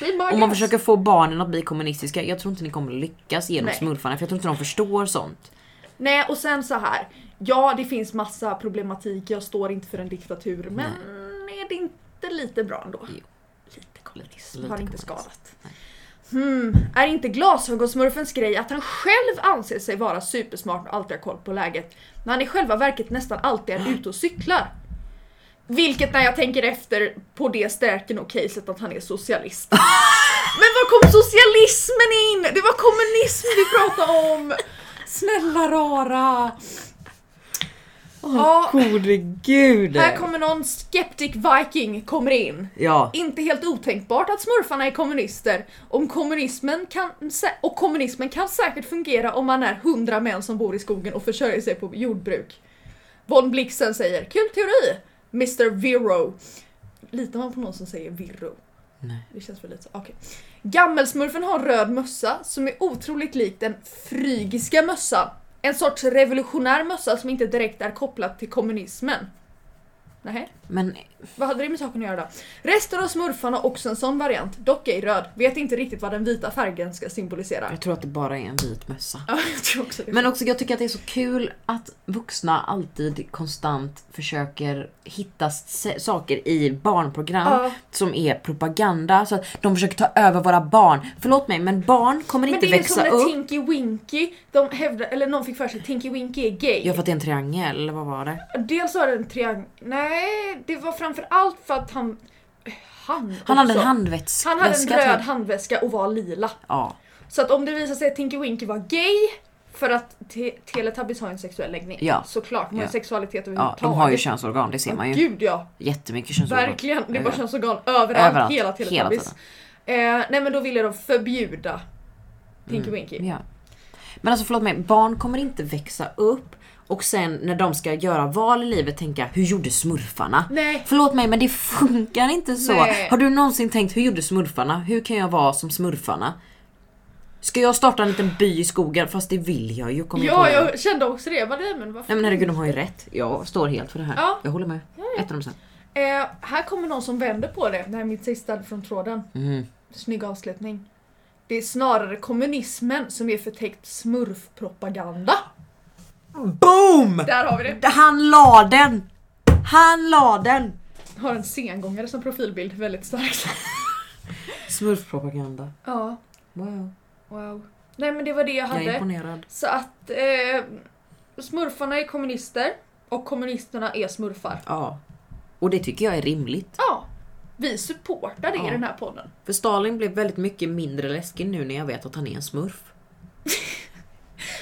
Speaker 2: är bara
Speaker 1: Om man
Speaker 2: gas.
Speaker 1: försöker få barnen att bli kommunistiska, jag tror inte ni kommer lyckas genom
Speaker 2: Nej.
Speaker 1: smurfarna för jag tror inte de förstår sånt.
Speaker 2: Nej och sen så här. Ja det finns massa problematik, jag står inte för en diktatur men är det inte lite bra ändå?
Speaker 1: Jo.
Speaker 2: Lite
Speaker 1: Lite-
Speaker 2: kommunism
Speaker 1: lite
Speaker 2: har inte
Speaker 1: kommunism.
Speaker 2: skadat.
Speaker 1: Nej.
Speaker 2: Hmm, är inte glasögonsmurfens grej att han själv anser sig vara supersmart och alltid har koll på läget när han i själva verket nästan alltid är ute och cyklar? Vilket när jag tänker efter på det stärker nog caset att han
Speaker 1: [LAUGHS]
Speaker 2: är socialist. Men var kom socialismen in? Det var kommunism vi pratade om! Snälla rara! Ja.
Speaker 1: gode gud!
Speaker 2: Här kommer någon skeptic viking kommer in.
Speaker 1: Ja,
Speaker 2: Inte helt otänkbart att smurfarna är kommunister om kommunismen kan, sä- och kommunismen kan säkert fungera om man är hundra män som bor i skogen och försörjer sig på jordbruk. Von Blixen säger “Kul teori, Mr Virro”. Litar man på någon som säger Virro?
Speaker 1: Nej.
Speaker 2: Det känns väl lite så. Okej. Gammelsmurfen har en röd mössa som är otroligt lik den frygiska mössan. En sorts revolutionär mössa som inte direkt är kopplad till kommunismen. Nähä?
Speaker 1: men
Speaker 2: Vad hade det med saken att göra då? Resten av smurfarna har också en sån variant, dock ej röd. Vet inte riktigt vad den vita färgen ska symbolisera.
Speaker 1: jag tror att det bara är en vit mössa.
Speaker 2: Ja, jag tror också det.
Speaker 1: Men också jag tycker att det är så kul att vuxna alltid konstant försöker hitta se- saker i barnprogram
Speaker 2: Ja.
Speaker 1: som är propaganda. Så att de försöker ta över våra barn. Förlåt mig men barn kommer
Speaker 2: Men
Speaker 1: inte
Speaker 2: det är ju
Speaker 1: växa
Speaker 2: som när
Speaker 1: upp.
Speaker 2: Tinky Winky, de hävdar, eller någon fick för sig att Tinky Winky är gay.
Speaker 1: Ja för att det är en triangel eller vad var det?
Speaker 2: Dels var det en triangel, nej det var framförallt för att han... Han,
Speaker 1: Han hade en
Speaker 2: också.
Speaker 1: handväska.
Speaker 2: Han hade en
Speaker 1: väska, tror jag.
Speaker 2: röd handväska och var lila.
Speaker 1: Ja.
Speaker 2: Så att om det visar sig att Tinky Winky var gay, för att te- Teletubbies har en sexuell läggning.
Speaker 1: Ja.
Speaker 2: Såklart, de har
Speaker 1: Ja.
Speaker 2: ju sexualitet
Speaker 1: ja,
Speaker 2: överhuvudtaget.
Speaker 1: de har ju könsorgan det ser man ju.
Speaker 2: Gud ja!
Speaker 1: Jättemycket könsorgan.
Speaker 2: Verkligen, det
Speaker 1: Ja,
Speaker 2: bara
Speaker 1: ja.
Speaker 2: känns organ överallt,
Speaker 1: Överallt, hela
Speaker 2: hela Teletubbies.
Speaker 1: tiden. Mm.
Speaker 2: Eh, nej men då ville de förbjuda Tinky Winky.
Speaker 1: Ja. Men alltså förlåt mig, barn kommer inte växa upp och sen när de ska göra val i livet tänka hur gjorde smurfarna?
Speaker 2: Nej.
Speaker 1: Förlåt mig men det funkar inte så.
Speaker 2: Nej.
Speaker 1: Har du någonsin tänkt hur gjorde smurfarna? Hur kan jag vara som smurfarna? Ska jag starta en liten by i skogen? Fast det vill jag ju komma
Speaker 2: Ja,
Speaker 1: på. nu.
Speaker 2: jag kände också det. Jag Bara, nej, men varför?
Speaker 1: Nej men herregud de har ju rätt. Jag står helt för det här.
Speaker 2: Ja.
Speaker 1: Jag håller med. 100%.
Speaker 2: Eh, här kommer någon som vänder på det. Det här är mitt sista från tråden.
Speaker 1: Mm.
Speaker 2: Snygg avslutning. Det är snarare kommunismen som är förtäckt smurfpropaganda.
Speaker 1: Boom!
Speaker 2: Där har vi det.
Speaker 1: Han la den! Han la den!
Speaker 2: Har en sengångare som profilbild, väldigt starkt. [LAUGHS]
Speaker 1: Smurfpropaganda.
Speaker 2: Ja,
Speaker 1: Wow.
Speaker 2: wow. Nej men det var det jag
Speaker 1: Jag är
Speaker 2: hade.
Speaker 1: imponerad.
Speaker 2: Så att eh, smurfarna är kommunister och kommunisterna är smurfar.
Speaker 1: Ja. Och det tycker jag är rimligt.
Speaker 2: Ja, vi supportar det
Speaker 1: Ja.
Speaker 2: i den här podden.
Speaker 1: För Stalin blev väldigt mycket mindre läskig nu när jag vet att han är en smurf.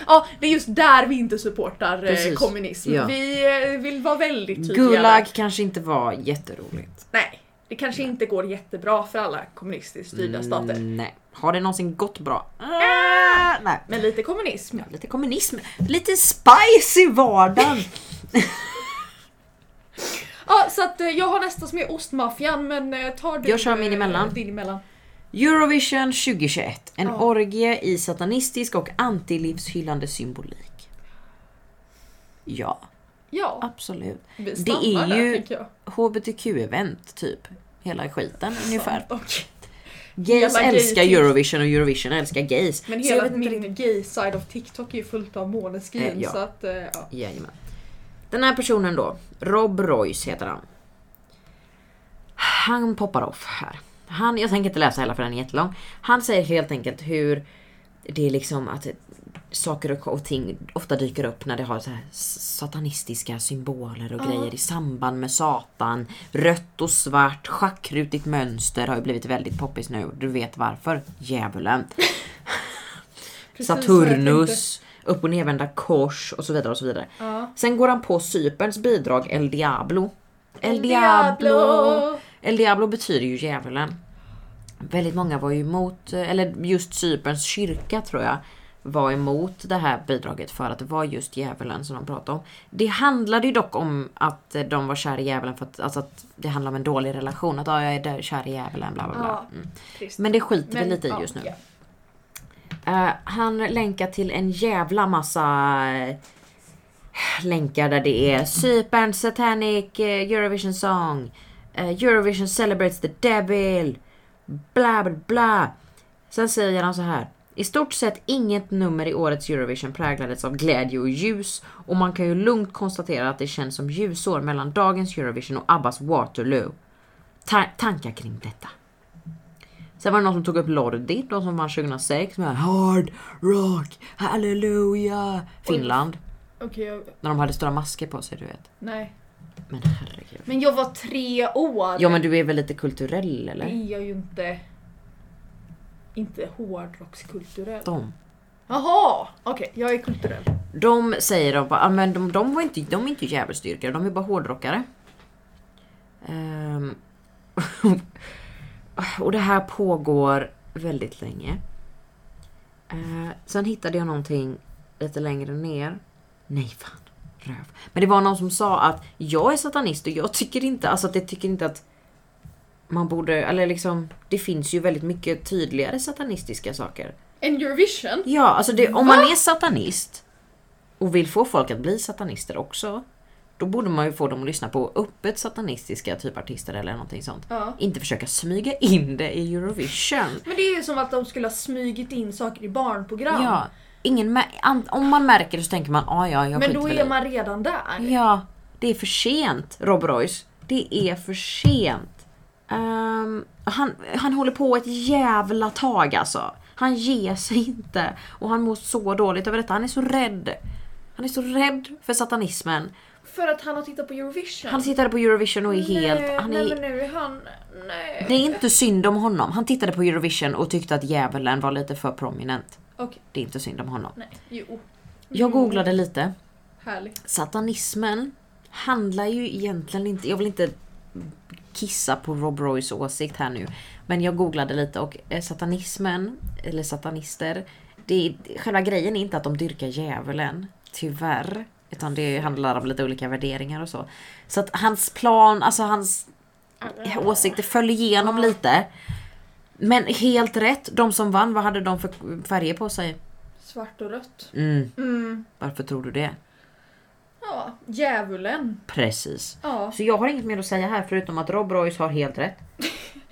Speaker 2: Ja, det är just där vi inte supportar eh,
Speaker 1: Precis.
Speaker 2: kommunism.
Speaker 1: Ja.
Speaker 2: Vi eh, vill vara väldigt tydliga.
Speaker 1: Gulag kanske inte var jätteroligt.
Speaker 2: Nej, det kanske inte går jättebra för alla kommunistiskt styrda stater.
Speaker 1: Mm, nej. Har det någonsin gått bra? Ah, nej.
Speaker 2: Men lite kommunism.
Speaker 1: Lite kommunism, lite spice i
Speaker 2: [LAUGHS]
Speaker 1: vardagen.
Speaker 2: Ja, så att eh, jag har nästa som är ostmaffian men eh, tar du
Speaker 1: Jag kör min
Speaker 2: eh,
Speaker 1: emellan.
Speaker 2: din emellan.
Speaker 1: Eurovision 2021. En
Speaker 2: Ja.
Speaker 1: orgie i satanistisk och antilivshyllande symbolik. Ja,
Speaker 2: Ja,
Speaker 1: absolut.
Speaker 2: vi
Speaker 1: Det
Speaker 2: stannar
Speaker 1: är
Speaker 2: där
Speaker 1: ju
Speaker 2: tycker jag.
Speaker 1: HBTQ-event typ. Hela skiten
Speaker 2: Alltså,
Speaker 1: ungefär.
Speaker 2: Och,
Speaker 1: Gays
Speaker 2: Hela
Speaker 1: älskar
Speaker 2: gay-
Speaker 1: Eurovision och Eurovision älskar gays.
Speaker 2: men
Speaker 1: Så jag
Speaker 2: hela
Speaker 1: vet inte
Speaker 2: min gay side of TikTok är ju fullt av
Speaker 1: Eh,
Speaker 2: Måneskin
Speaker 1: ja.
Speaker 2: så att eh, ja.
Speaker 1: Jajamän. Den här personen då, Rob Royce heter han. Han poppar off här. Han, jag tänker inte läsa hela för den är jättelång. Han säger helt enkelt hur det är liksom att saker och ting ofta dyker upp när det har så här satanistiska symboler och grejer i samband med Satan. Rött och svart, schackrutigt mönster har ju blivit väldigt poppis nu. Du vet varför? Djävulen.
Speaker 2: precis vad jag tänkte.
Speaker 1: Saturnus, upp och nervända kors och så vidare och så vidare.
Speaker 2: Ja.
Speaker 1: Sen går han på Cyperns bidrag El Diablo. El Diablo! El Diablo betyder ju djävulen. Väldigt många var ju emot, eh, eller just Cyperns kyrka tror jag, var emot det här bidraget för att det var just djävulen som de pratade om. Det handlade ju dock om att eh, de var kär i djävulen för att, alltså att det handlar om en dålig relation. Att ah, jag är där, kär i djävulen bla bla bla.
Speaker 2: Ja, trist.
Speaker 1: Mm. Men det skiter vi lite i
Speaker 2: ja,
Speaker 1: just nu.
Speaker 2: ja.
Speaker 1: Eh, han länkar till en jävla massa eh, länkar där det är Cypern Satanic eh, Eurovision Song eh, Eurovision Celebrates the Devil Bla bla bla Sen säger han så här i stort sett inget nummer i årets Eurovision präglades av glädje och ljus och man kan ju lugnt konstatera att det känns som ljusår mellan dagens Eurovision och Abbas Waterloo. Ta- tankar kring detta. Sen var det någon som tog upp Lordi, de som vann 2006 med Hard Rock Hallelujah Finland.
Speaker 2: Okej, jag,
Speaker 1: När de hade stora masker på sig du vet.
Speaker 2: nej.
Speaker 1: Men herregud.
Speaker 2: Men jag var tre år.
Speaker 1: Ja men du är väl lite kulturell
Speaker 2: Det
Speaker 1: eller?
Speaker 2: är jag ju inte. Inte hårdrockskulturell.
Speaker 1: De.
Speaker 2: Jaha! Okej, jag är kulturell.
Speaker 1: De säger de bara, "Ah, men de, de, var inte, de är inte djävulsdyrkare, de är bara hårdrockare. Ehm, [LAUGHS] och det här pågår väldigt länge. Eh, sen hittade jag någonting lite längre ner. Nej fan, röv. Men det var någon som sa att jag är satanist och jag tycker inte, alltså att jag tycker inte att man borde, eller liksom, det finns ju väldigt mycket tydligare satanistiska saker.
Speaker 2: En Eurovision?
Speaker 1: Ja, alltså det, om man är satanist och vill få folk att bli satanister också, då borde man ju få dem att lyssna på öppet satanistiska typ artister eller någonting sånt.
Speaker 2: Ja.
Speaker 1: Inte försöka smyga in det i Eurovision.
Speaker 2: Men det är ju som att de skulle ha smygit in saker i barnprogram.
Speaker 1: Ja, ingen mä- an- om man märker det så tänker man ah, ja, jag
Speaker 2: Men
Speaker 1: skiter
Speaker 2: då
Speaker 1: väl
Speaker 2: är
Speaker 1: i."
Speaker 2: man redan där.
Speaker 1: Ja, det är för sent Rob Royce. Det är för sent. Ehm, han, han håller på ett jävla tag alltså. Han ger sig inte och han mår så dåligt över detta. Han är så rädd. Han är så rädd för satanismen.
Speaker 2: För att han har tittat på Eurovision.
Speaker 1: Han tittar på Eurovision och är helt...
Speaker 2: Nej,
Speaker 1: Han
Speaker 2: nej men
Speaker 1: är,
Speaker 2: nu är han... Nej.
Speaker 1: det är inte synd om honom. Han tittade på Eurovision och tyckte att djävulen var lite för prominent.
Speaker 2: Okej,
Speaker 1: Det är inte synd om honom.
Speaker 2: nej. Jo. Mm.
Speaker 1: Jag googlade lite.
Speaker 2: Härligt.
Speaker 1: Satanismen handlar ju egentligen inte, jag vill inte kissa på Rob Roys åsikt här nu, men jag googlade lite och eh, satanismen, eller satanister, det är, själva grejen är inte att de dyrkar djävulen, tyvärr. Utan det handlar om lite olika värderingar och så. Så att hans plan, alltså hans åsikter föll igenom lite. Men helt rätt, de som vann, vad hade de för färger på sig?
Speaker 2: Svart och rött.
Speaker 1: Mm,
Speaker 2: Mm.
Speaker 1: varför tror du det?
Speaker 2: Ja, djävulen.
Speaker 1: Precis.
Speaker 2: Ja.
Speaker 1: Så jag har inget mer att säga här förutom att Rob Royce har helt
Speaker 2: [LAUGHS]
Speaker 1: rätt.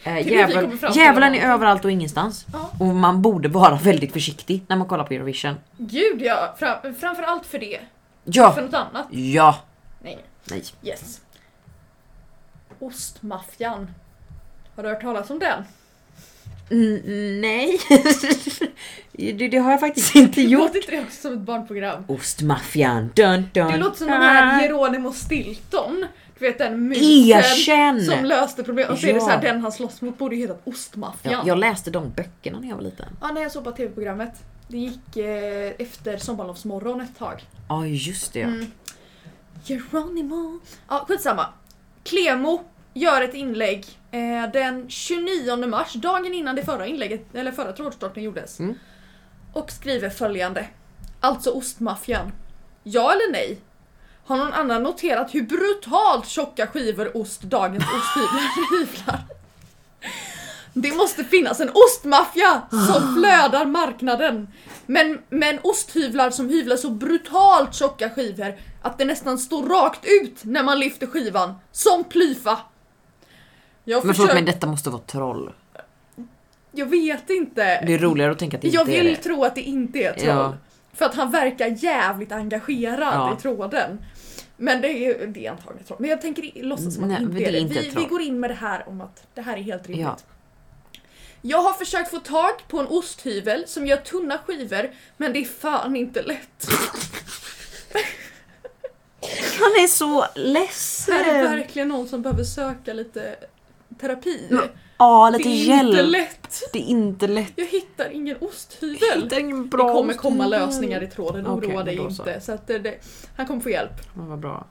Speaker 1: Eh,
Speaker 2: vi kommer
Speaker 1: djävul,
Speaker 2: fram till
Speaker 1: djävulen
Speaker 2: något.
Speaker 1: är överallt och ingenstans.
Speaker 2: Ja.
Speaker 1: Och man borde vara väldigt försiktig när man kollar på Eurovision.
Speaker 2: Gud ja, Fram, framförallt för det.
Speaker 1: Ja!
Speaker 2: För något annat.
Speaker 1: Ja!
Speaker 2: Nej.
Speaker 1: Nej.
Speaker 2: Yes. Ostmaffian. Har du hört talas om den?
Speaker 1: Mm, nej. [LAUGHS] det, det har jag faktiskt inte gjort.
Speaker 2: Låter inte det också som ett barnprogram?
Speaker 1: Ostmaffian. Dun, dun,
Speaker 2: Det låter som den
Speaker 1: dun.
Speaker 2: här Geronimo Stilton. Du vet den musen
Speaker 1: Erkänn!
Speaker 2: som löste problem. Och så är det
Speaker 1: Ja.
Speaker 2: så här, den han slåss mot borde ju heta
Speaker 1: Jag,
Speaker 2: Ostmaffian. Ja,
Speaker 1: jag läste de böckerna när jag var liten.
Speaker 2: när jag såg på tv-programmet. Det gick eh, efter sommarlovsmorgon ett tag.
Speaker 1: Ja just det ja.
Speaker 2: Mm. Geronimo. Ja, skitsamma. Clemo gör ett inlägg eh, den 29 mars, dagen innan det förra inlägget, eller förra trådstarten gjordes.
Speaker 1: Mm.
Speaker 2: Och skriver följande. Alltså ostmaffian. Ja eller nej? Har någon annan noterat hur brutalt tjocka skivor ost
Speaker 1: [LAUGHS]
Speaker 2: dagens osthyvlar hyvlar? Det måste finnas en ostmaffia
Speaker 1: Ah.
Speaker 2: som flödar marknaden. Men, men osthyvlar som hyvlar så brutalt tjocka skivor att det nästan står rakt ut när man lyfter skivan. Som plyfa. Jag,
Speaker 1: Men förlåt
Speaker 2: försöker-
Speaker 1: men detta måste vara troll.
Speaker 2: jag vet inte.
Speaker 1: Det är roligare att tänka att det
Speaker 2: Eh, Jag
Speaker 1: inte är
Speaker 2: vill
Speaker 1: det.
Speaker 2: tro att det inte är troll.
Speaker 1: Ja.
Speaker 2: För att han verkar jävligt engagerad
Speaker 1: Ja.
Speaker 2: i tråden. Men det är, ju- det är antagligen troll. Men jag tänker i- låtsas som
Speaker 1: Nej,
Speaker 2: att det inte
Speaker 1: det är
Speaker 2: är det.
Speaker 1: inte
Speaker 2: vi, vi
Speaker 1: troll.
Speaker 2: går in med det här om att det här är helt rimligt.
Speaker 1: Ja.
Speaker 2: Jag har försökt få tag på en osthyvel som gör tunna skivor men det är fan
Speaker 1: [LAUGHS]
Speaker 2: inte lätt.
Speaker 1: Han är så
Speaker 2: Här är
Speaker 1: ledsen.
Speaker 2: verkligen någon som behöver söka lite terapi.
Speaker 1: Men Ja
Speaker 2: det
Speaker 1: lite
Speaker 2: är
Speaker 1: hjälp.
Speaker 2: inte lätt.
Speaker 1: Det är inte lätt.
Speaker 2: Jag hittar ingen osthyvel.
Speaker 1: Hitta ingen
Speaker 2: Det
Speaker 1: bra
Speaker 2: kommer komma
Speaker 1: osthyvel.
Speaker 2: lösningar i tråden,
Speaker 1: Okej,
Speaker 2: oroa
Speaker 1: men
Speaker 2: dig
Speaker 1: då så.
Speaker 2: inte. Så att det, det, han kommer få hjälp.
Speaker 1: Ja, vad bra.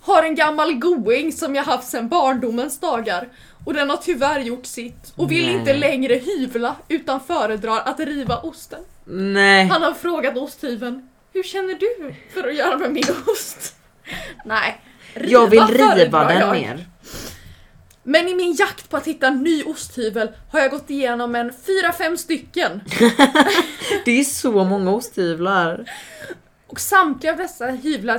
Speaker 2: Har en gammal going som jag haft sedan barndomens dagar. Och den har tyvärr gjort sitt och vill
Speaker 1: Nej.
Speaker 2: inte längre hyvla utan föredrar att riva osten.
Speaker 1: Nej.
Speaker 2: Han har frågat osthyveln, hur känner du för att göra med min ost? Nej,
Speaker 1: Jag vill riva
Speaker 2: föredrar
Speaker 1: den
Speaker 2: jag.
Speaker 1: mer.
Speaker 2: Men i min jakt på att hitta en ny osthyvel har jag gått igenom en 4-5 stycken.
Speaker 1: Det är så många osthyvlar.
Speaker 2: Och samtliga av dessa hyvlar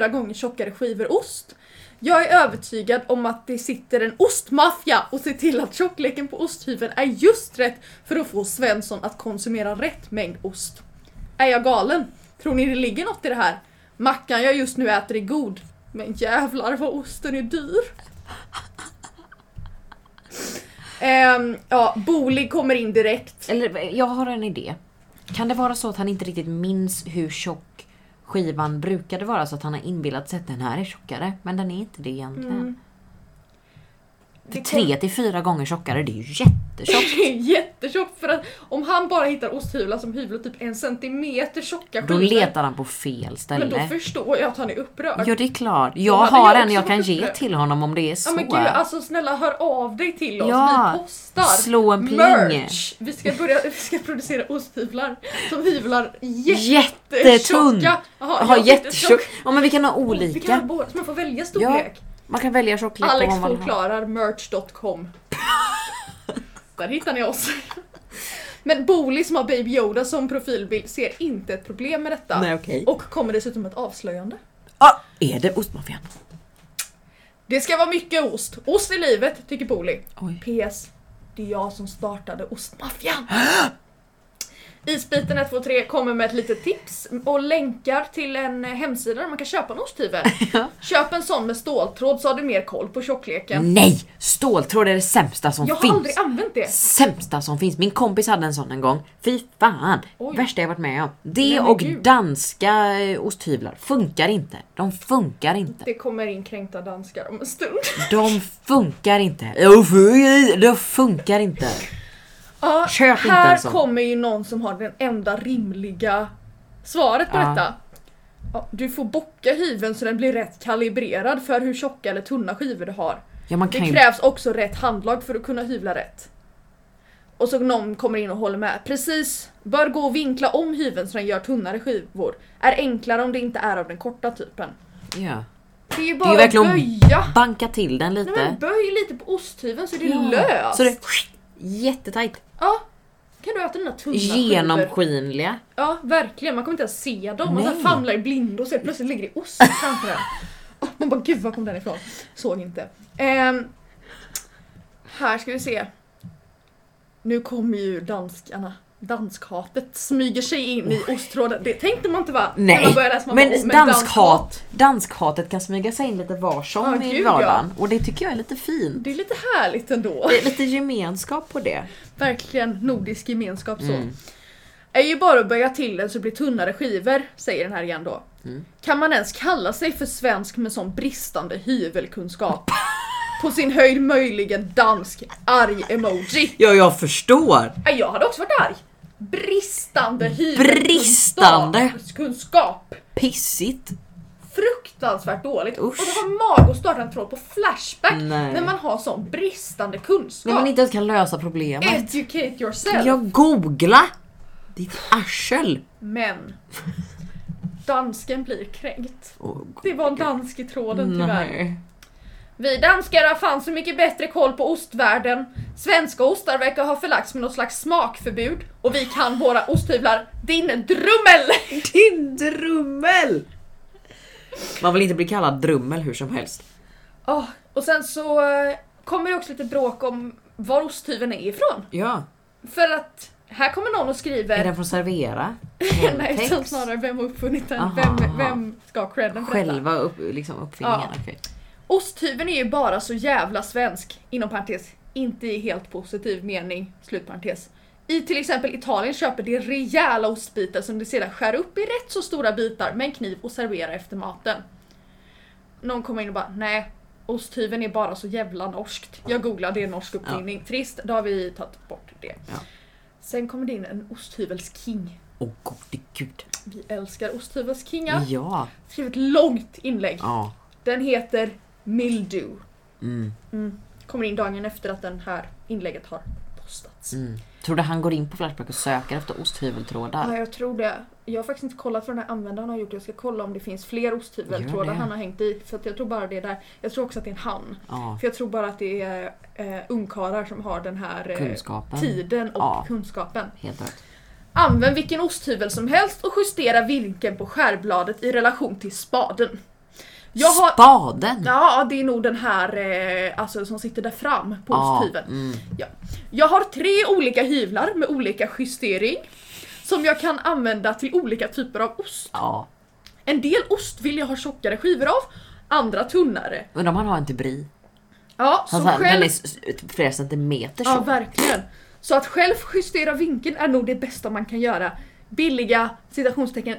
Speaker 2: 3-4 gånger tjockare skivor ost. Jag är övertygad om att det sitter en ostmaffia och ser till att tjockleken på osthyveln är just rätt för att få Svensson att konsumera rätt mängd ost. Är jag galen? Tror ni det ligger något i det här? Mackan jag just nu äter är god, men jävlar vad osten är dyr. Ehm, ja, Bolig kommer in direkt.
Speaker 1: Eller jag har en idé. Kan det vara så att han inte riktigt minns hur tjock skivan brukade vara så att han har inbillat sig att den här är tjockare men den är inte det egentligen. För
Speaker 2: Mm, Det
Speaker 1: tre till fyra gånger tjockare, det är ju
Speaker 2: [LAUGHS]
Speaker 1: jättetjockt.
Speaker 2: Det är jättetjockt för att om han bara hittar osthyvlar som hyvlar typ en centimeter tjocka
Speaker 1: Då
Speaker 2: skivor.
Speaker 1: letar han på fel
Speaker 2: Men då
Speaker 1: ställe.
Speaker 2: förstår jag att han är upprörd.
Speaker 1: Ja det är klart. Jag
Speaker 2: hade
Speaker 1: har
Speaker 2: jag
Speaker 1: en
Speaker 2: också
Speaker 1: jag kan
Speaker 2: varit
Speaker 1: ge
Speaker 2: upprörd.
Speaker 1: till honom om det är så.
Speaker 2: Ja men gud alltså snälla hör av dig till oss,
Speaker 1: Ja,
Speaker 2: vi postar!
Speaker 1: slå en pling.
Speaker 2: Merch! Vi ska, börja, vi ska producera osthyvlar som hyvlar
Speaker 1: Jättetunn!
Speaker 2: jättetjocka! Jaha,
Speaker 1: Jaha
Speaker 2: jag tänkte
Speaker 1: jättetjock. Ja men vi kan ha
Speaker 2: tjock. Vi kan ha
Speaker 1: olika.
Speaker 2: båda, så man får välja storlek.
Speaker 1: Man kan välja tjocklek på
Speaker 2: Alex
Speaker 1: vad man vill ha.
Speaker 2: förklarar merch.com Där hittar ni oss. Men Booli som har Baby Yoda som profilbild ser inte ett problem med detta.
Speaker 1: Nej okej.
Speaker 2: Och kommer dessutom med ett avslöjande.
Speaker 1: Ah, är det ostmaffian?
Speaker 2: Det ska vara mycket ost. Ost i livet, tycker Booli.
Speaker 1: Oj.
Speaker 2: PS. Det är jag som startade ostmaffian. Isbiten 123 kommer med ett litet tips och länkar till en hemsida där man kan köpa
Speaker 1: [LAUGHS]
Speaker 2: en osthyvel. Köp en sån med ståltråd så har du mer koll på tjockleken.
Speaker 1: Nej! Ståltråd är det sämsta som
Speaker 2: Jag har
Speaker 1: Mm, finns.
Speaker 2: aldrig använt det.
Speaker 1: Sämsta som finns. Min kompis hade en sån en gång. Fy fan!
Speaker 2: Oj.
Speaker 1: Värsta jag varit med om.
Speaker 2: Nej,
Speaker 1: Det
Speaker 2: men
Speaker 1: och
Speaker 2: gud.
Speaker 1: danska eh, osthyvlar funkar inte. De funkar inte.
Speaker 2: Det kommer in kränkta danskar om
Speaker 1: [LAUGHS]
Speaker 2: en stund.
Speaker 1: De funkar inte. Jo, fy- De funkar inte.
Speaker 2: Ja,
Speaker 1: Köp inte
Speaker 2: här
Speaker 1: en sån.
Speaker 2: kommer ju någon som har den enda rimliga svaret på
Speaker 1: Ja.
Speaker 2: detta. Ja, du får bocka hyveln så den blir rätt kalibrerad för hur tjocka eller tunna skivor du har.
Speaker 1: Ja, man
Speaker 2: Det
Speaker 1: kan ju...
Speaker 2: krävs också rätt handlag för att kunna hyvla rätt. Och så någon kommer in och håller med. Precis, bör gå och vinkla om hyveln så den gör tunnare skivor. Är enklare om det inte är av den korta typen.
Speaker 1: Ja.
Speaker 2: Det är ju
Speaker 1: Det är ju
Speaker 2: bara att
Speaker 1: verkligen
Speaker 2: böja!
Speaker 1: att banka till den
Speaker 2: Nej,
Speaker 1: lite.
Speaker 2: men böj lite på osthyveln så är det
Speaker 1: Ja.
Speaker 2: löst.
Speaker 1: Så det jättetajt.
Speaker 2: Ja. Kan du äta dina tunna skivor?
Speaker 1: Genomskinliga.
Speaker 2: Ja, verkligen. Man kommer inte ens se dem. Man så här
Speaker 1: Nej.
Speaker 2: famlar i blindo och ser plötsligt ligger det ost framför en.
Speaker 1: [LAUGHS]
Speaker 2: Och Man bara gud var kom den ifrån? Såg inte. Ehm, här ska vi se. Nu kommer ju danskarna. Danskhatet smyger sig in i osttråden. Det tänkte man inte va? När
Speaker 1: Nej,
Speaker 2: man började läsa, man
Speaker 1: men
Speaker 2: bara, "Åh,
Speaker 1: danskhat, danskhatet kan smyga sig in lite var som
Speaker 2: Ja,
Speaker 1: i
Speaker 2: gud, ja.
Speaker 1: vardagen. Och det tycker jag är lite fint.
Speaker 2: Det är lite härligt ändå.
Speaker 1: Det är lite gemenskap på det.
Speaker 2: Verkligen nordisk gemenskap så.
Speaker 1: Mm.
Speaker 2: är ju bara att böja till den så det blir tunnare skivor, säger den här igen då.
Speaker 1: Mm.
Speaker 2: Kan man ens kalla sig för svensk med sån bristande hyvelkunskap? På sin höjd möjligen dansk arg-emoji.
Speaker 1: Ja, jag förstår.
Speaker 2: Ja, Jag hade också varit arg. Bristande
Speaker 1: Bristande.
Speaker 2: hyvelkunskap.
Speaker 1: Pissigt.
Speaker 2: Fruktansvärt dåligt.
Speaker 1: Usch.
Speaker 2: Och så har mag att starta en tråd på Flashback
Speaker 1: Nej.
Speaker 2: när man har sån bristande
Speaker 1: När
Speaker 2: kunskap.
Speaker 1: man inte ens kan lösa problemet.
Speaker 2: Educate yourself.
Speaker 1: Jag googla. Ditt arsel.
Speaker 2: Men dansken blir kränkt.
Speaker 1: Åh,
Speaker 2: Det var en dansk i tråden tyvärr.
Speaker 1: nej.
Speaker 2: Vi danskar har fan så mycket bättre koll på ostvärlden. Svenska ostar verkar ha förlagts med något slags smakförbud och vi kan våra osthyvlar. Din drummel!
Speaker 1: Din drummel! Man vill inte bli kallad drummel hur som helst.
Speaker 2: Ah, och sen så eh, kommer det också lite bråk om var osthyveln är ifrån.
Speaker 1: Ja.
Speaker 2: För att här kommer någon och skriver...
Speaker 1: Är den från Servera?
Speaker 2: [LAUGHS] Nej,
Speaker 1: Hemtex?
Speaker 2: utan snarare vem har uppfunnit den?
Speaker 1: Aha,
Speaker 2: vem,
Speaker 1: aha.
Speaker 2: vem ska ha credden för detta?
Speaker 1: Själva upp, liksom uppfinningen.
Speaker 2: Ja.
Speaker 1: okej.
Speaker 2: Osthyveln är ju bara så jävla svensk, inom parentes, inte i helt positiv mening, slutparentes. I till exempel Italien köper de rejäla ostbitar som de sedan skär upp i rätt så stora bitar med en kniv och serverar efter maten. Någon kommer in och bara nej, osthyveln är bara så jävla norskt. Jag googlade, det är en norsk uppfinning. Trist, då har vi tagit bort det.
Speaker 1: Ja.
Speaker 2: Sen kommer det in en osthyvelsking.
Speaker 1: Åh gode gud.
Speaker 2: Vi älskar osthyvelskingar.
Speaker 1: Ja. Ja.
Speaker 2: Skrivit ett långt inlägg. Den heter Mildew.
Speaker 1: Mm.
Speaker 2: kommer in dagen efter att den här inlägget har postats.
Speaker 1: Mm. Tror du han går in på Flashback och söker efter osthyveltrådar?
Speaker 2: Ja, jag tror det. Jag har faktiskt inte kollat vad den här användaren har gjort. Jag ska kolla om det finns fler
Speaker 1: Gör
Speaker 2: osthyveltrådar
Speaker 1: det.
Speaker 2: han har hängt i. För att jag tror bara det är där. Jag tror också att det är en han.
Speaker 1: Ja.
Speaker 2: För jag tror bara att det är eh, ungkarlar som har den här eh,
Speaker 1: Kunskapen.
Speaker 2: tiden och
Speaker 1: Ja.
Speaker 2: kunskapen.
Speaker 1: Helt rätt.
Speaker 2: Använd vilken osthyvel som helst och justera vinkeln på skärbladet i relation till spaden. Jag har...
Speaker 1: Spaden!
Speaker 2: Ja, det är nog den här eh, alltså, som sitter där fram på
Speaker 1: Ja,
Speaker 2: osthyveln.
Speaker 1: mm.
Speaker 2: Ja. Jag har tre olika hyvlar med olika justering som jag kan använda till olika typer av ost.
Speaker 1: Ja.
Speaker 2: En del ost vill jag ha tjockare skivor av, andra tunnare.
Speaker 1: Undrar om han har en debris.
Speaker 2: Ja,
Speaker 1: Han
Speaker 2: så
Speaker 1: så här, Alltså, Den
Speaker 2: själv...
Speaker 1: är s- s- flera centimeter
Speaker 2: Ja,
Speaker 1: tjock.
Speaker 2: verkligen. Så att själv justera vinkeln är nog det bästa man kan göra. Billiga citationstecken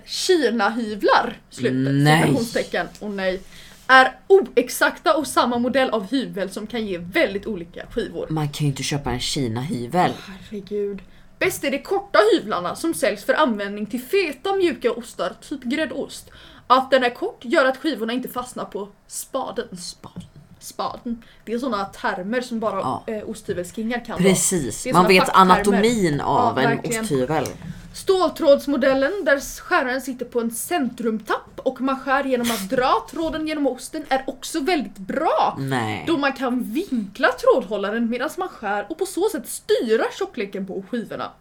Speaker 2: Kina-hyvlar, slutet,
Speaker 1: Nej.
Speaker 2: citationstecken, och nej, är oexakta och samma modell av hyvel som kan ge väldigt olika skivor.
Speaker 1: Man kan ju inte köpa en Kina-hyvel.
Speaker 2: Herregud. Bäst är de korta hyvlarna som säljs för användning till feta mjuka ostar, typ gräddost. Att den är kort gör att skivorna inte fastnar på spaden.
Speaker 1: Spaden.
Speaker 2: Spaden. Det är sådana termer som bara
Speaker 1: Ja.
Speaker 2: eh, osthyvelskingar kan. då.
Speaker 1: Precis,
Speaker 2: Det är
Speaker 1: man
Speaker 2: såna
Speaker 1: vet
Speaker 2: facktermer.
Speaker 1: anatomin av
Speaker 2: Ja,
Speaker 1: en
Speaker 2: verkligen.
Speaker 1: osthyvel.
Speaker 2: Ståltrådsmodellen där skäraren sitter på en centrumtapp och man skär genom att dra tråden genom osten är också väldigt bra.
Speaker 1: Nej.
Speaker 2: Då man kan vinkla trådhållaren medan man skär och på så sätt styra tjockleken på skivorna.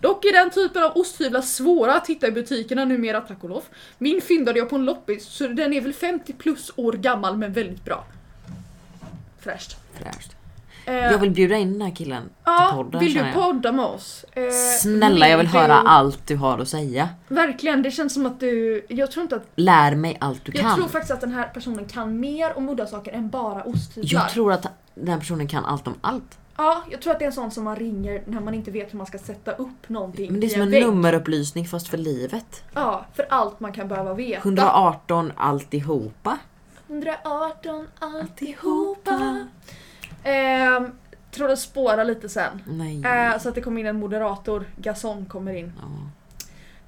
Speaker 2: Dock är den typen av osthyvlar svåra att hitta i butikerna numera tack och lov. Min fyndade jag på en loppis så den är väl 50 plus år gammal men väldigt bra. Fräscht.
Speaker 1: Fräscht.
Speaker 2: Eh,
Speaker 1: Jag vill bjuda in den här killen till
Speaker 2: ja,
Speaker 1: podden
Speaker 2: vill
Speaker 1: känner
Speaker 2: du
Speaker 1: jag.
Speaker 2: podda med oss? Eh,
Speaker 1: Snälla jag vill
Speaker 2: du-
Speaker 1: höra allt du har att säga.
Speaker 2: Verkligen, det känns som att du... Jag tror inte att...
Speaker 1: Lär mig allt du
Speaker 2: Jag
Speaker 1: kan.
Speaker 2: tror faktiskt att den här personen kan mer om udda saker än bara osthyvlar.
Speaker 1: jag tror att den här personen kan allt om allt.
Speaker 2: Ja, jag tror att det är en sån som man ringer när man inte vet hur man ska sätta upp någonting
Speaker 1: Men det är
Speaker 2: i
Speaker 1: som en
Speaker 2: vägg.
Speaker 1: nummerupplysning fast för livet.
Speaker 2: Ja, för allt man kan behöva veta.
Speaker 1: 118 alltihopa.
Speaker 2: 118 alltihopa. Ehm, tror det spårar lite sen.
Speaker 1: Nej.
Speaker 2: Eh, så att det kom in en moderator, Gasson kommer in.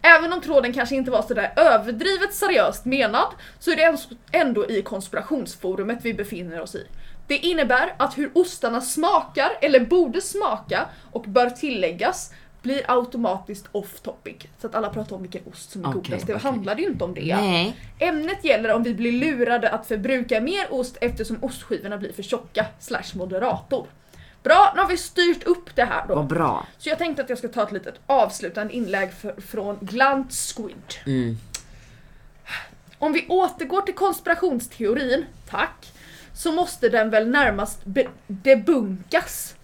Speaker 2: Även om tråden kanske inte var sådär överdrivet seriöst menad så är det ens- ändå i konspirationsforumet vi befinner oss i. Det innebär att hur ostarna smakar, eller borde smaka, och bör tilläggas blir automatiskt off topic. Så att alla pratar om vilken ost som är
Speaker 1: Okej,
Speaker 2: godast. Det
Speaker 1: okej.
Speaker 2: handlade ju inte om det.
Speaker 1: Nej.
Speaker 2: Ämnet gäller om vi blir lurade att förbruka mer ost eftersom ostskivorna blir för tjocka, slash moderator. Bra, nu har vi styrt upp det här
Speaker 1: Vad
Speaker 2: då.
Speaker 1: bra.
Speaker 2: Så jag tänkte att jag ska ta ett litet avslutande inlägg för, från Glant Squid.
Speaker 1: Mm.
Speaker 2: Om vi återgår till konspirationsteorin, tack, så måste den väl närmast be- debunkas.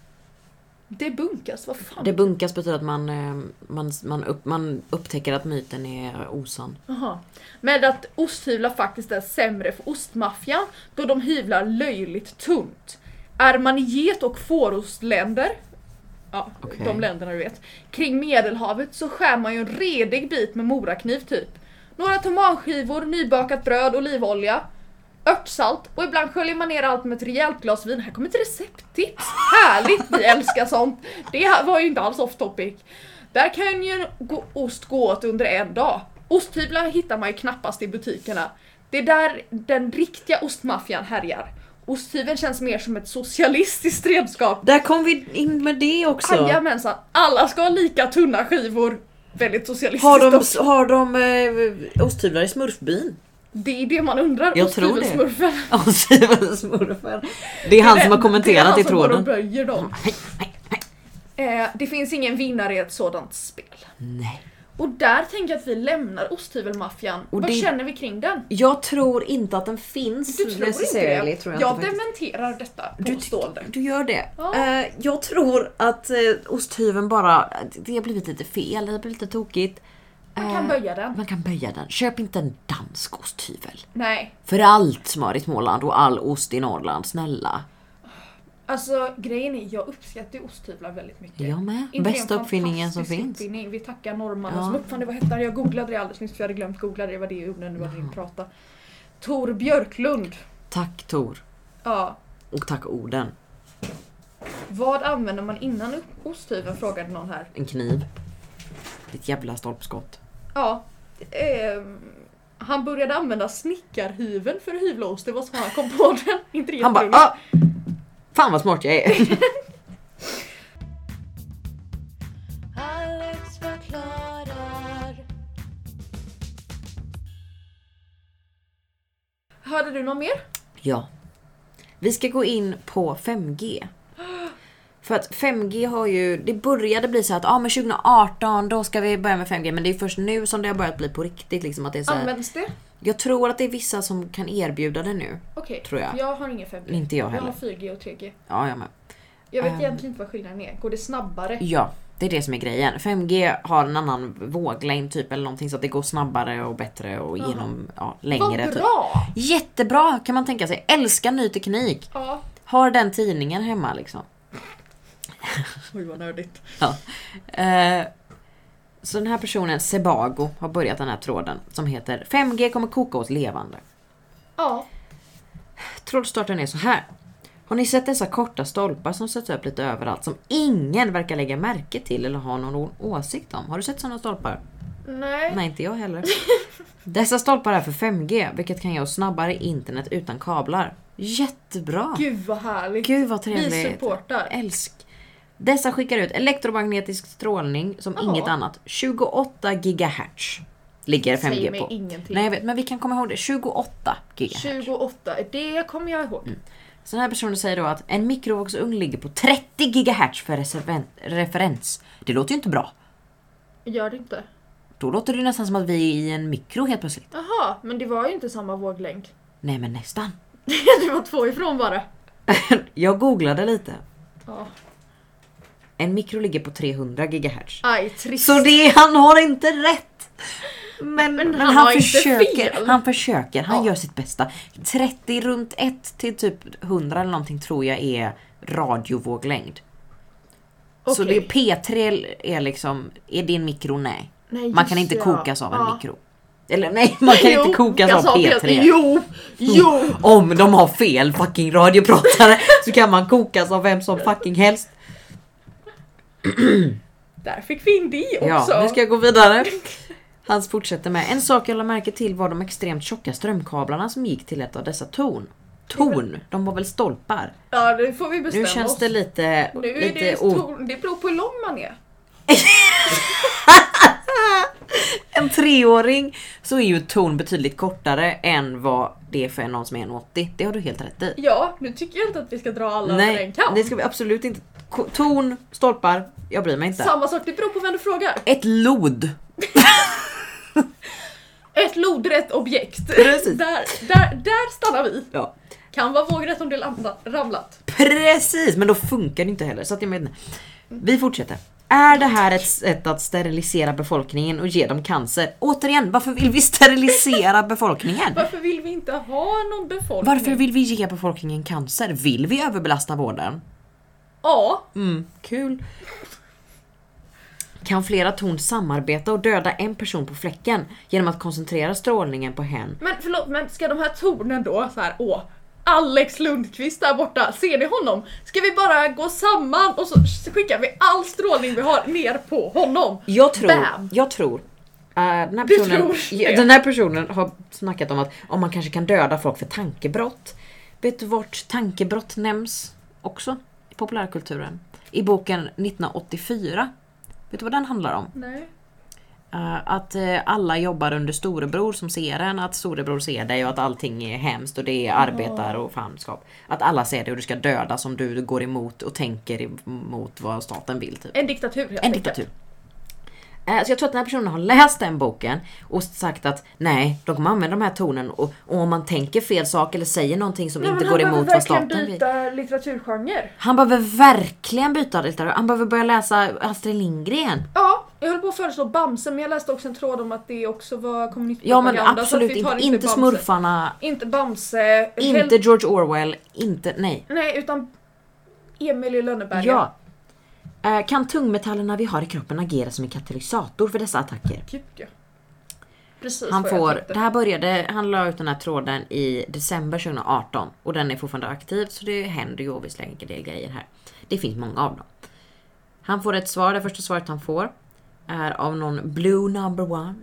Speaker 2: Debunkas? Vad fan?
Speaker 1: Det bunkas betyder att man, eh, man, man, upp, man upptäcker att myten är osann.
Speaker 2: Aha. Med att osthyvlar faktiskt är sämre för ostmaffian då de hyvlar löjligt tunt. Armaniet och fårostländer, ja,
Speaker 1: Okej.
Speaker 2: de länderna du vet, kring medelhavet så skär man ju en redig bit med morakniv typ. Några tomatskivor, nybakat bröd, olivolja, örtsalt och ibland sköljer man ner allt med ett rejält glas vin. Här kommer ett recepttips! Härligt! Vi älskar sånt! Det här var ju inte alls off topic. Där kan ju en go- ost gå åt under en dag. Osthyvlar hittar man ju knappast i butikerna. Det är där den riktiga ostmaffian härjar. Osthyveln känns mer som ett socialistiskt redskap.
Speaker 1: Där kom vi in med det också.
Speaker 2: Jajamensan, alla ska ha lika tunna skivor. Väldigt socialistiskt.
Speaker 1: Har
Speaker 2: också.
Speaker 1: de, har de eh, osthyvlar i
Speaker 2: [LAUGHS]
Speaker 1: smurfbyn?
Speaker 2: Det är det man undrar.
Speaker 1: Jag tror det.
Speaker 2: osthyvelsmurfen.
Speaker 1: Osthyvelsmurfen. Det är han som har
Speaker 2: [LAUGHS] det är
Speaker 1: kommenterat
Speaker 2: han
Speaker 1: i
Speaker 2: som går och
Speaker 1: tråden.
Speaker 2: böjer dem. Eh, det finns ingen vinnare i ett sådant spel.
Speaker 1: Nej.
Speaker 2: Och där tänker jag att vi lämnar osthyvelmaffian.
Speaker 1: Och
Speaker 2: Vad
Speaker 1: det-
Speaker 2: känner vi kring den?
Speaker 1: Jag tror inte att den finns
Speaker 2: Du tror inte
Speaker 1: necessarily.
Speaker 2: det?
Speaker 1: Tror jag
Speaker 2: jag
Speaker 1: inte faktiskt.
Speaker 2: dementerar detta
Speaker 1: Du
Speaker 2: påstående.
Speaker 1: Du gör det.
Speaker 2: Ja.
Speaker 1: Eh, jag tror att eh, osthyveln bara, det har blivit lite fel, det har blivit lite tokigt.
Speaker 2: Man kan
Speaker 1: Eh,
Speaker 2: böja den.
Speaker 1: Man kan böja den. Köp inte en dansk osthyvel.
Speaker 2: Nej,
Speaker 1: För allt smör i Småland och all ost i Norrland, snälla.
Speaker 2: alltså grejen är jag uppskattar ju osthyvlar väldigt mycket.
Speaker 1: Jag med.
Speaker 2: Inte det en
Speaker 1: Bästa uppfinningen som
Speaker 2: fantastisk
Speaker 1: finns.
Speaker 2: Uppfinning. Vi tackar norrmannen
Speaker 1: Ja.
Speaker 2: som uppfann det. Vad hette han? Jag googlade det alldeles nyss för jag hade glömt googla det. Det var det jag gjorde när du började prata. Tor Björklund.
Speaker 1: Tack Tor.
Speaker 2: Ja,
Speaker 1: Och tack orden.
Speaker 2: Vad använder man innan upp- osthyveln frågade någon här.
Speaker 1: En kniv. Ditt jävla stolpskott.
Speaker 2: Ja. ehm, han började använda snickarhyveln för att hyvla ost. Det var så han kom på den. [LAUGHS] Inte det
Speaker 1: Han bara
Speaker 2: jätteroligt.
Speaker 1: ah, Fan vad smart jag är.
Speaker 3: Alex förklarar.
Speaker 2: Hörde du något mer?
Speaker 1: ja. Vi ska gå in på 5G. För att 5G har ju, det började bli så att ah, men 2018 då ska vi börja med 5G men det är först nu som det har börjat bli på riktigt. Liksom, att det är så här,
Speaker 2: Används det?
Speaker 1: jag tror att det är vissa som kan erbjuda det nu.
Speaker 2: Okej.
Speaker 1: Tror jag.
Speaker 2: jag har ingen 5G.
Speaker 1: Inte jag
Speaker 2: Jag
Speaker 1: heller.
Speaker 2: har 4G och 3G.
Speaker 1: Ja, jag med.
Speaker 2: Jag vet
Speaker 1: Ehm.
Speaker 2: egentligen inte vad skillnaden är. Går det snabbare?
Speaker 1: Ja, det är det som är grejen. 5G har en annan våglängd typ eller någonting så att det går snabbare och bättre och
Speaker 2: Jaha.
Speaker 1: genom ja,
Speaker 2: Vad
Speaker 1: längre. Typ.
Speaker 2: bra!
Speaker 1: Jättebra kan man tänka sig. Älskar ny teknik.
Speaker 2: Ja.
Speaker 1: Har den tidningen hemma liksom.
Speaker 2: Oj vad nördigt.
Speaker 1: Eh, så den här personen, Sebago, har börjat den här tråden som heter 5G kommer koka oss levande.
Speaker 2: Ja.
Speaker 1: Trådstarten är så här. Har ni sett dessa korta stolpar som sätts upp lite överallt som ingen verkar lägga märke till eller ha någon å- åsikt om? Har du sett sådana stolpar?
Speaker 2: Nej.
Speaker 1: Nej, inte jag
Speaker 2: [LAUGHS]
Speaker 1: heller. Dessa stolpar är för 5G, vilket kan ge oss snabbare internet utan kablar. Jättebra! Gud,
Speaker 2: Gud vad härligt.
Speaker 1: vad trevligt!
Speaker 2: Vi supportar.
Speaker 1: Älsk! Dessa skickar ut elektromagnetisk strålning som
Speaker 2: Ja.
Speaker 1: inget annat. 28 gigahertz ligger 5G
Speaker 2: Säg mig
Speaker 1: på.
Speaker 2: ingenting.
Speaker 1: Nej jag vet, men vi kan komma ihåg det. 28 gigahertz.
Speaker 2: 28, det kommer jag ihåg.
Speaker 1: Mm. Så den här personen säger då att en mikrovågsugn ligger på 30 gigahertz för reserven- referens. Det låter ju inte bra.
Speaker 2: Gör det inte.
Speaker 1: Då låter det ju nästan som att vi är i en mikro helt plötsligt.
Speaker 2: Jaha, men det var ju inte samma våglängd.
Speaker 1: Nej men nästan.
Speaker 2: [LAUGHS]
Speaker 1: [LAUGHS]
Speaker 2: det var två ifrån bara.
Speaker 1: Jag googlade lite.
Speaker 2: Ja.
Speaker 1: En mikro ligger på 300 gigahertz.
Speaker 2: Aj, trist.
Speaker 1: Så det, han har inte rätt! Men,
Speaker 2: Men
Speaker 1: men
Speaker 2: han
Speaker 1: han,
Speaker 2: har inte
Speaker 1: försöker,
Speaker 2: fel.
Speaker 1: han försöker, han
Speaker 2: Ja.
Speaker 1: gör sitt bästa. 30 runt 1 till typ 100 eller någonting tror jag är radiovåglängd. Så
Speaker 2: Okej.
Speaker 1: det är P3 är liksom, är det en mikro? Nej.
Speaker 2: Nej,
Speaker 1: Man kan
Speaker 2: just
Speaker 1: inte
Speaker 2: det,
Speaker 1: kokas
Speaker 2: ja.
Speaker 1: av en
Speaker 2: Ja.
Speaker 1: mikro. Eller nej, [LAUGHS] man kan
Speaker 2: Jo,
Speaker 1: inte kokas
Speaker 2: jag
Speaker 1: av
Speaker 2: sa
Speaker 1: P3.
Speaker 2: fel. Jo, jo!
Speaker 1: Om de har fel fucking radiopratare [LAUGHS] så kan man kokas av vem som fucking helst.
Speaker 2: Där fick vi in det
Speaker 1: Ja,
Speaker 2: också.
Speaker 1: nu ska jag gå vidare. Han fortsätter med. En sak jag lade märke till var de extremt tjocka strömkablarna som gick till ett av dessa torn. torn, de var väl stolpar?
Speaker 2: Ja, det får vi
Speaker 1: Nu
Speaker 2: bestämma
Speaker 1: känns
Speaker 2: oss.
Speaker 1: det lite...
Speaker 2: nu är
Speaker 1: lite
Speaker 2: det, ju
Speaker 1: o-
Speaker 2: stor, det beror på hur lång man är.
Speaker 1: en treåring så är ju ett torn betydligt kortare än vad det är för någon som är 1,80. Det har du helt rätt i.
Speaker 2: Ja, nu tycker jag inte att vi ska dra alla över en
Speaker 1: Nej,
Speaker 2: kam.
Speaker 1: det ska vi absolut inte. Ko- Torn, stolpar, jag bryr mig inte.
Speaker 2: Samma sak, det beror på vem du frågar.
Speaker 1: Ett lod.
Speaker 2: Ett lodrätt objekt.
Speaker 1: Precis.
Speaker 2: Där, där, där stannar vi.
Speaker 1: Ja.
Speaker 2: Kan vara vågrätt om det lamla- ramlat.
Speaker 1: Precis, men då funkar det inte heller. Så att jag menar, vi fortsätter. Är det här ett sätt att sterilisera befolkningen och ge dem cancer? Återigen, varför vill vi sterilisera befolkningen?
Speaker 2: Varför vill vi inte ha någon befolkning?
Speaker 1: Varför vill vi ge befolkningen cancer? Vill vi överbelasta vården?
Speaker 2: Ja,
Speaker 1: Mm, kul. Kan flera torn samarbeta och döda en person på fläcken genom att koncentrera strålningen på hen?
Speaker 2: men förlåt, men ska de här tornen då så här, åh, Alex Lundqvist där borta, ser ni honom? Ska vi bara gå samman och så skickar vi all strålning vi har ner på honom?
Speaker 1: Jag tror,
Speaker 2: Bam!
Speaker 1: jag tror, eh, den, här
Speaker 2: Du
Speaker 1: personen,
Speaker 2: tror det?
Speaker 1: den här personen har snackat om att om man kanske kan döda folk för tankebrott. Vet du vart tankebrott nämns också i populärkulturen? I boken 1984. Vet du vad den handlar om?
Speaker 2: Nej.
Speaker 1: Eh, att eh, alla jobbar under storebror som ser en, att storebror ser dig och att allting är hemskt och det är arbetar och fanskap. Att alla ser dig och du ska dödas om du går emot och tänker emot vad staten vill. Typ.
Speaker 2: En diktatur helt
Speaker 1: En diktatur. Eh, Så jag tror att den här personen har läst den boken och sagt att nej, de kommer använda de här tonen och, och om man tänker fel sak eller säger någonting som
Speaker 2: Nej, men
Speaker 1: inte
Speaker 2: han
Speaker 1: går
Speaker 2: behöver
Speaker 1: emot vad
Speaker 2: verkligen
Speaker 1: staten vill.
Speaker 2: byta litteraturgenre.
Speaker 1: Han behöver verkligen byta lite. Han behöver börja läsa Astrid Lindgren.
Speaker 2: Ja, jag höll på att föreslå Bamse men jag läste också en tråd om att det också var
Speaker 1: Ja
Speaker 2: kommunistpropaganda.
Speaker 1: men
Speaker 2: så att
Speaker 1: absolut
Speaker 2: vi tar
Speaker 1: inte, inte
Speaker 2: Bamse.
Speaker 1: smurfarna,
Speaker 2: Inte Bamse.
Speaker 1: inte
Speaker 2: Hel-
Speaker 1: George Orwell, inte, nej.
Speaker 2: nej, utan Emil i Lönneberga.
Speaker 1: Ja. Eh, Kan tungmetallerna vi har i kroppen agera som en katalysator för dessa attacker?
Speaker 2: Gud, Typ, ja. Precis
Speaker 1: Han
Speaker 2: vad jag
Speaker 1: får,
Speaker 2: tänkte.
Speaker 1: det här började, han la ut den här tråden i december 2018 och den är fortfarande aktiv så det händer ju obviously en del grejer här. Det finns många av dem. Han får ett svar, det första svaret han får är av någon Blue Number One.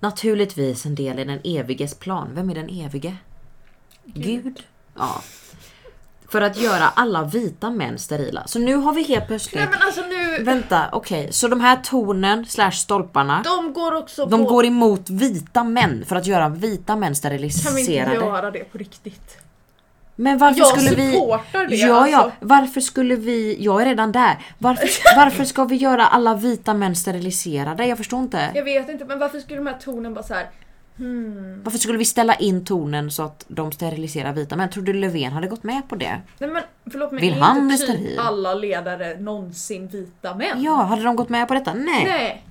Speaker 1: Naturligtvis en del i den eviges plan. Vem är den evige? Gud. Ja. För att göra alla vita män sterila. Så nu har vi helt plötsligt...
Speaker 2: Nej men alltså nu,
Speaker 1: Vänta, okej. Så de här tornen slash stolparna,
Speaker 2: de går också
Speaker 1: de
Speaker 2: på...
Speaker 1: går emot vita män för att göra vita män
Speaker 2: kan vi inte
Speaker 1: steriliserade.
Speaker 2: göra det på riktigt?
Speaker 1: Men varför
Speaker 2: Jag
Speaker 1: skulle vi...
Speaker 2: supportar det
Speaker 1: Ja, ja.
Speaker 2: alltså.
Speaker 1: Varför skulle vi... Jag är redan där.
Speaker 2: [LAUGHS]
Speaker 1: Varför, varför ska vi göra alla vita män steriliserade? Jag förstår inte.
Speaker 2: Jag vet inte men varför skulle de här tornen bara så här. Hmm.
Speaker 1: Varför skulle vi ställa in tornen så att de steriliserar vita män? Tror du Löfven hade gått med på det?
Speaker 2: Nej men förlåt men
Speaker 1: Vill
Speaker 2: är
Speaker 1: han bli
Speaker 2: inte typ
Speaker 1: steril?
Speaker 2: alla ledare någonsin vita män?
Speaker 1: Ja, hade de gått med på detta? Nej.
Speaker 2: Nej.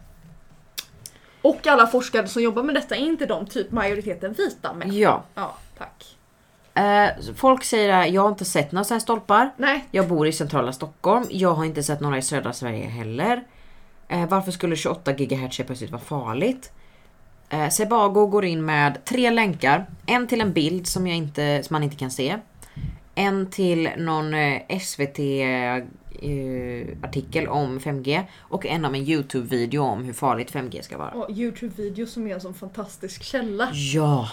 Speaker 2: Och alla forskare som jobbar med detta, är inte de typ majoriteten vita män?
Speaker 1: Ja.
Speaker 2: Ja, tack.
Speaker 1: Eh, folk säger att jag har inte sett några så här stolpar.
Speaker 2: Nej.
Speaker 1: Jag bor i centrala Stockholm. Jag har inte sett några i södra Sverige heller. Eh, varför skulle 28 GHz helt plötsligt vara farligt? Eh, Sebago går in med tre länkar. En till en bild som, jag inte, som man inte kan se. En till någon eh, SVT-artikel eh, om 5G. Och en om en YouTube-video om hur farligt 5G ska vara.
Speaker 2: Och Youtube-videos som är en sån fantastisk källa.
Speaker 1: Ja!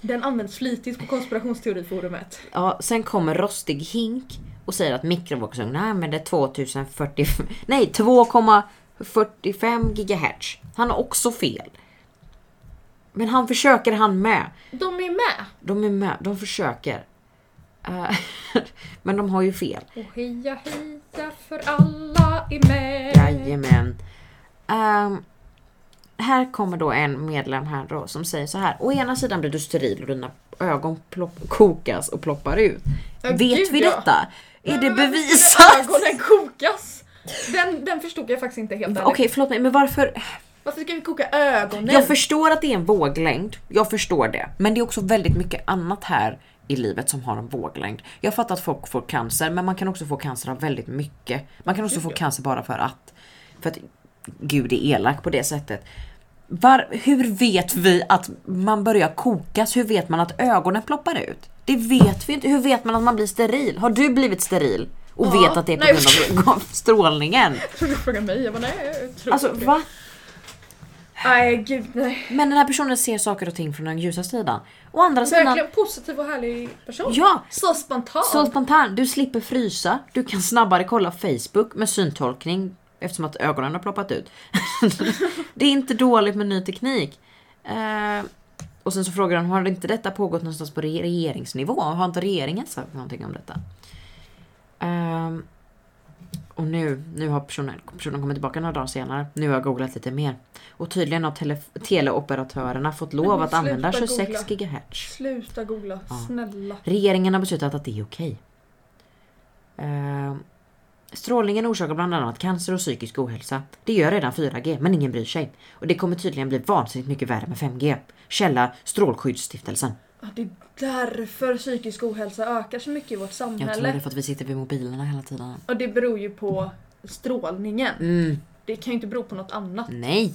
Speaker 2: Den används flitigt på konspirationsteoriforumet.
Speaker 1: Ja, sen kommer Rostig Hink och säger att mikrovågsugnen använder 2040, nej 2,45 GHz. Han har också fel. Men han försöker han med.
Speaker 2: De är med!
Speaker 1: De är med, de försöker. Eh, [LAUGHS] Men de har ju fel.
Speaker 2: Och heja heja för alla är med!
Speaker 1: Jajamän. Ehm, här kommer då en medlem här då som säger så här. Å ena sidan blir du steril och dina ögon plopp, kokas och ploppar ut.
Speaker 2: Ja,
Speaker 1: Vet
Speaker 2: gud,
Speaker 1: vi
Speaker 2: ja.
Speaker 1: detta? Är det
Speaker 2: Men varför
Speaker 1: bevisat?
Speaker 2: skulle Ögonen kokas! Den, den förstod jag faktiskt inte helt
Speaker 1: Okej,
Speaker 2: ärligt.
Speaker 1: förlåt mig, men varför?
Speaker 2: Varför ska vi koka ögonen?
Speaker 1: Jag förstår att det är en våglängd. Jag förstår det. Men det är också väldigt mycket annat här i livet som har en våglängd. Jag fattar att folk får cancer, men man kan också få cancer av väldigt mycket. Man kan också få cancer bara för att. För att Gud är elak på det sättet. Var, hur vet vi att man börjar kokas? Hur vet man att ögonen ploppar ut? Det vet vi inte. Hur vet man att man blir steril? Har du blivit steril? Och
Speaker 2: Ja.
Speaker 1: vet att det är på
Speaker 2: Nej,
Speaker 1: grund av strålningen?
Speaker 2: [LAUGHS] Jag trodde du frågade mig, jag bara nej jag tror
Speaker 1: Alltså
Speaker 2: inte det.
Speaker 1: va?
Speaker 2: Nej, gud nej.
Speaker 1: Men den här personen ser saker och ting från den ljusa sidan. Å andra sidan,
Speaker 2: Verkligen positiv och härlig person.
Speaker 1: Alltså, ja!
Speaker 2: Så spontan.
Speaker 1: Så spontan, du slipper frysa, du kan snabbare kolla Facebook med syntolkning eftersom att ögonen har ploppat ut. [LAUGHS] det är inte dåligt med ny teknik. Eh, och sen så frågar han, har inte detta pågått någonstans på re- regeringsnivå? Har inte regeringen sagt någonting om detta? Ehm, och nu, nu har personen, personen kommit tillbaka några dagar senare. Nu har jag googlat lite mer. Och tydligen har tele, teleoperatörerna fått lov
Speaker 2: men
Speaker 1: att använda
Speaker 2: sluta
Speaker 1: 26
Speaker 2: googla.
Speaker 1: GHz.
Speaker 2: Sluta googla,
Speaker 1: Ja.
Speaker 2: snälla.
Speaker 1: Regeringen har beslutat att det är okej. Eh, strålningen orsakar bland annat cancer och psykisk ohälsa. Det gör redan 4G, men ingen bryr sig. Och det kommer tydligen bli vansinnigt mycket värre med 5G. Källa Strålskyddsstiftelsen.
Speaker 2: Ja, det är därför psykisk ohälsa ökar så mycket i vårt
Speaker 1: Jag tror det är
Speaker 2: samhälle.
Speaker 1: för att vi sitter vid mobilerna hela tiden.
Speaker 2: Och det beror ju på strålningen.
Speaker 1: Mm,
Speaker 2: Det kan ju inte bero på något annat.
Speaker 1: nej.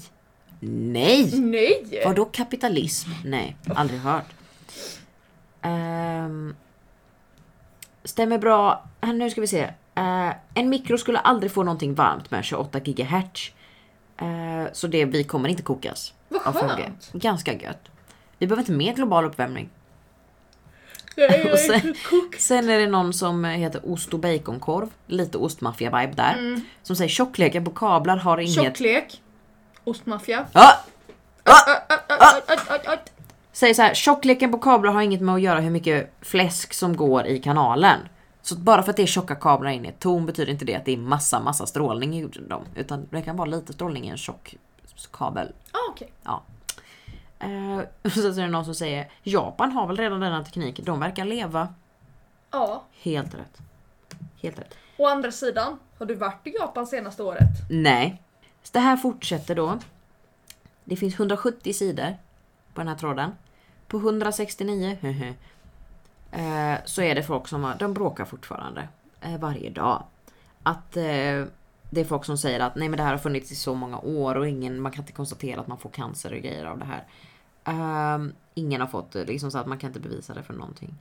Speaker 1: Nej!
Speaker 2: Nej!
Speaker 1: Vadå kapitalism? Nej, aldrig hört. Ehm, stämmer bra. Här, nu ska vi se. Eh, en mikro skulle aldrig få någonting varmt med 28 GHz. Eh, så det, vi kommer inte kokas.
Speaker 2: Vad
Speaker 1: av 5G.
Speaker 2: skönt!
Speaker 1: Ganska gött. Vi behöver inte mer global uppvärmning.
Speaker 2: Jag är
Speaker 1: Och sen-
Speaker 2: riktigt kokt.
Speaker 1: Sen är det någon som heter ost och baconkorv. Lite ostmaffia-vibe där.
Speaker 2: Mm.
Speaker 1: Som säger tjockleken på kablar har inget...
Speaker 2: Tjocklek. Ostmaffia.
Speaker 1: Ah!
Speaker 2: Ö, ö, ö, ö, ö, ö, ö.
Speaker 1: säger så här, tjockleken på kablar har inget med att göra hur mycket fläsk som går i kanalen. Så att bara för att det är tjocka kablar in i ett torn betyder inte det att det är massa, massa strålning i dem. Utan det kan vara lite strålning i en tjock kabel.
Speaker 2: Ah, okej.
Speaker 1: Eh, [LAUGHS] och sen så är det någon som säger, Japan har väl redan denna teknik, de verkar leva.
Speaker 2: Ja.
Speaker 1: Helt rätt. Helt rätt.
Speaker 2: Å andra sidan, har du varit i Japan senaste året?
Speaker 1: Nej. Så det här fortsätter då. Det finns 170 sidor på den här tråden. På [LAUGHS] 169 eh, så är det folk som har, de bråkar fortfarande eh, varje dag. Att eh, det är folk som säger att nej men det här har funnits i så många år och ingen, man kan inte konstatera att man får cancer och grejer av det här. Ehm, ingen har fått det, liksom så att man kan inte bevisa det för någonting.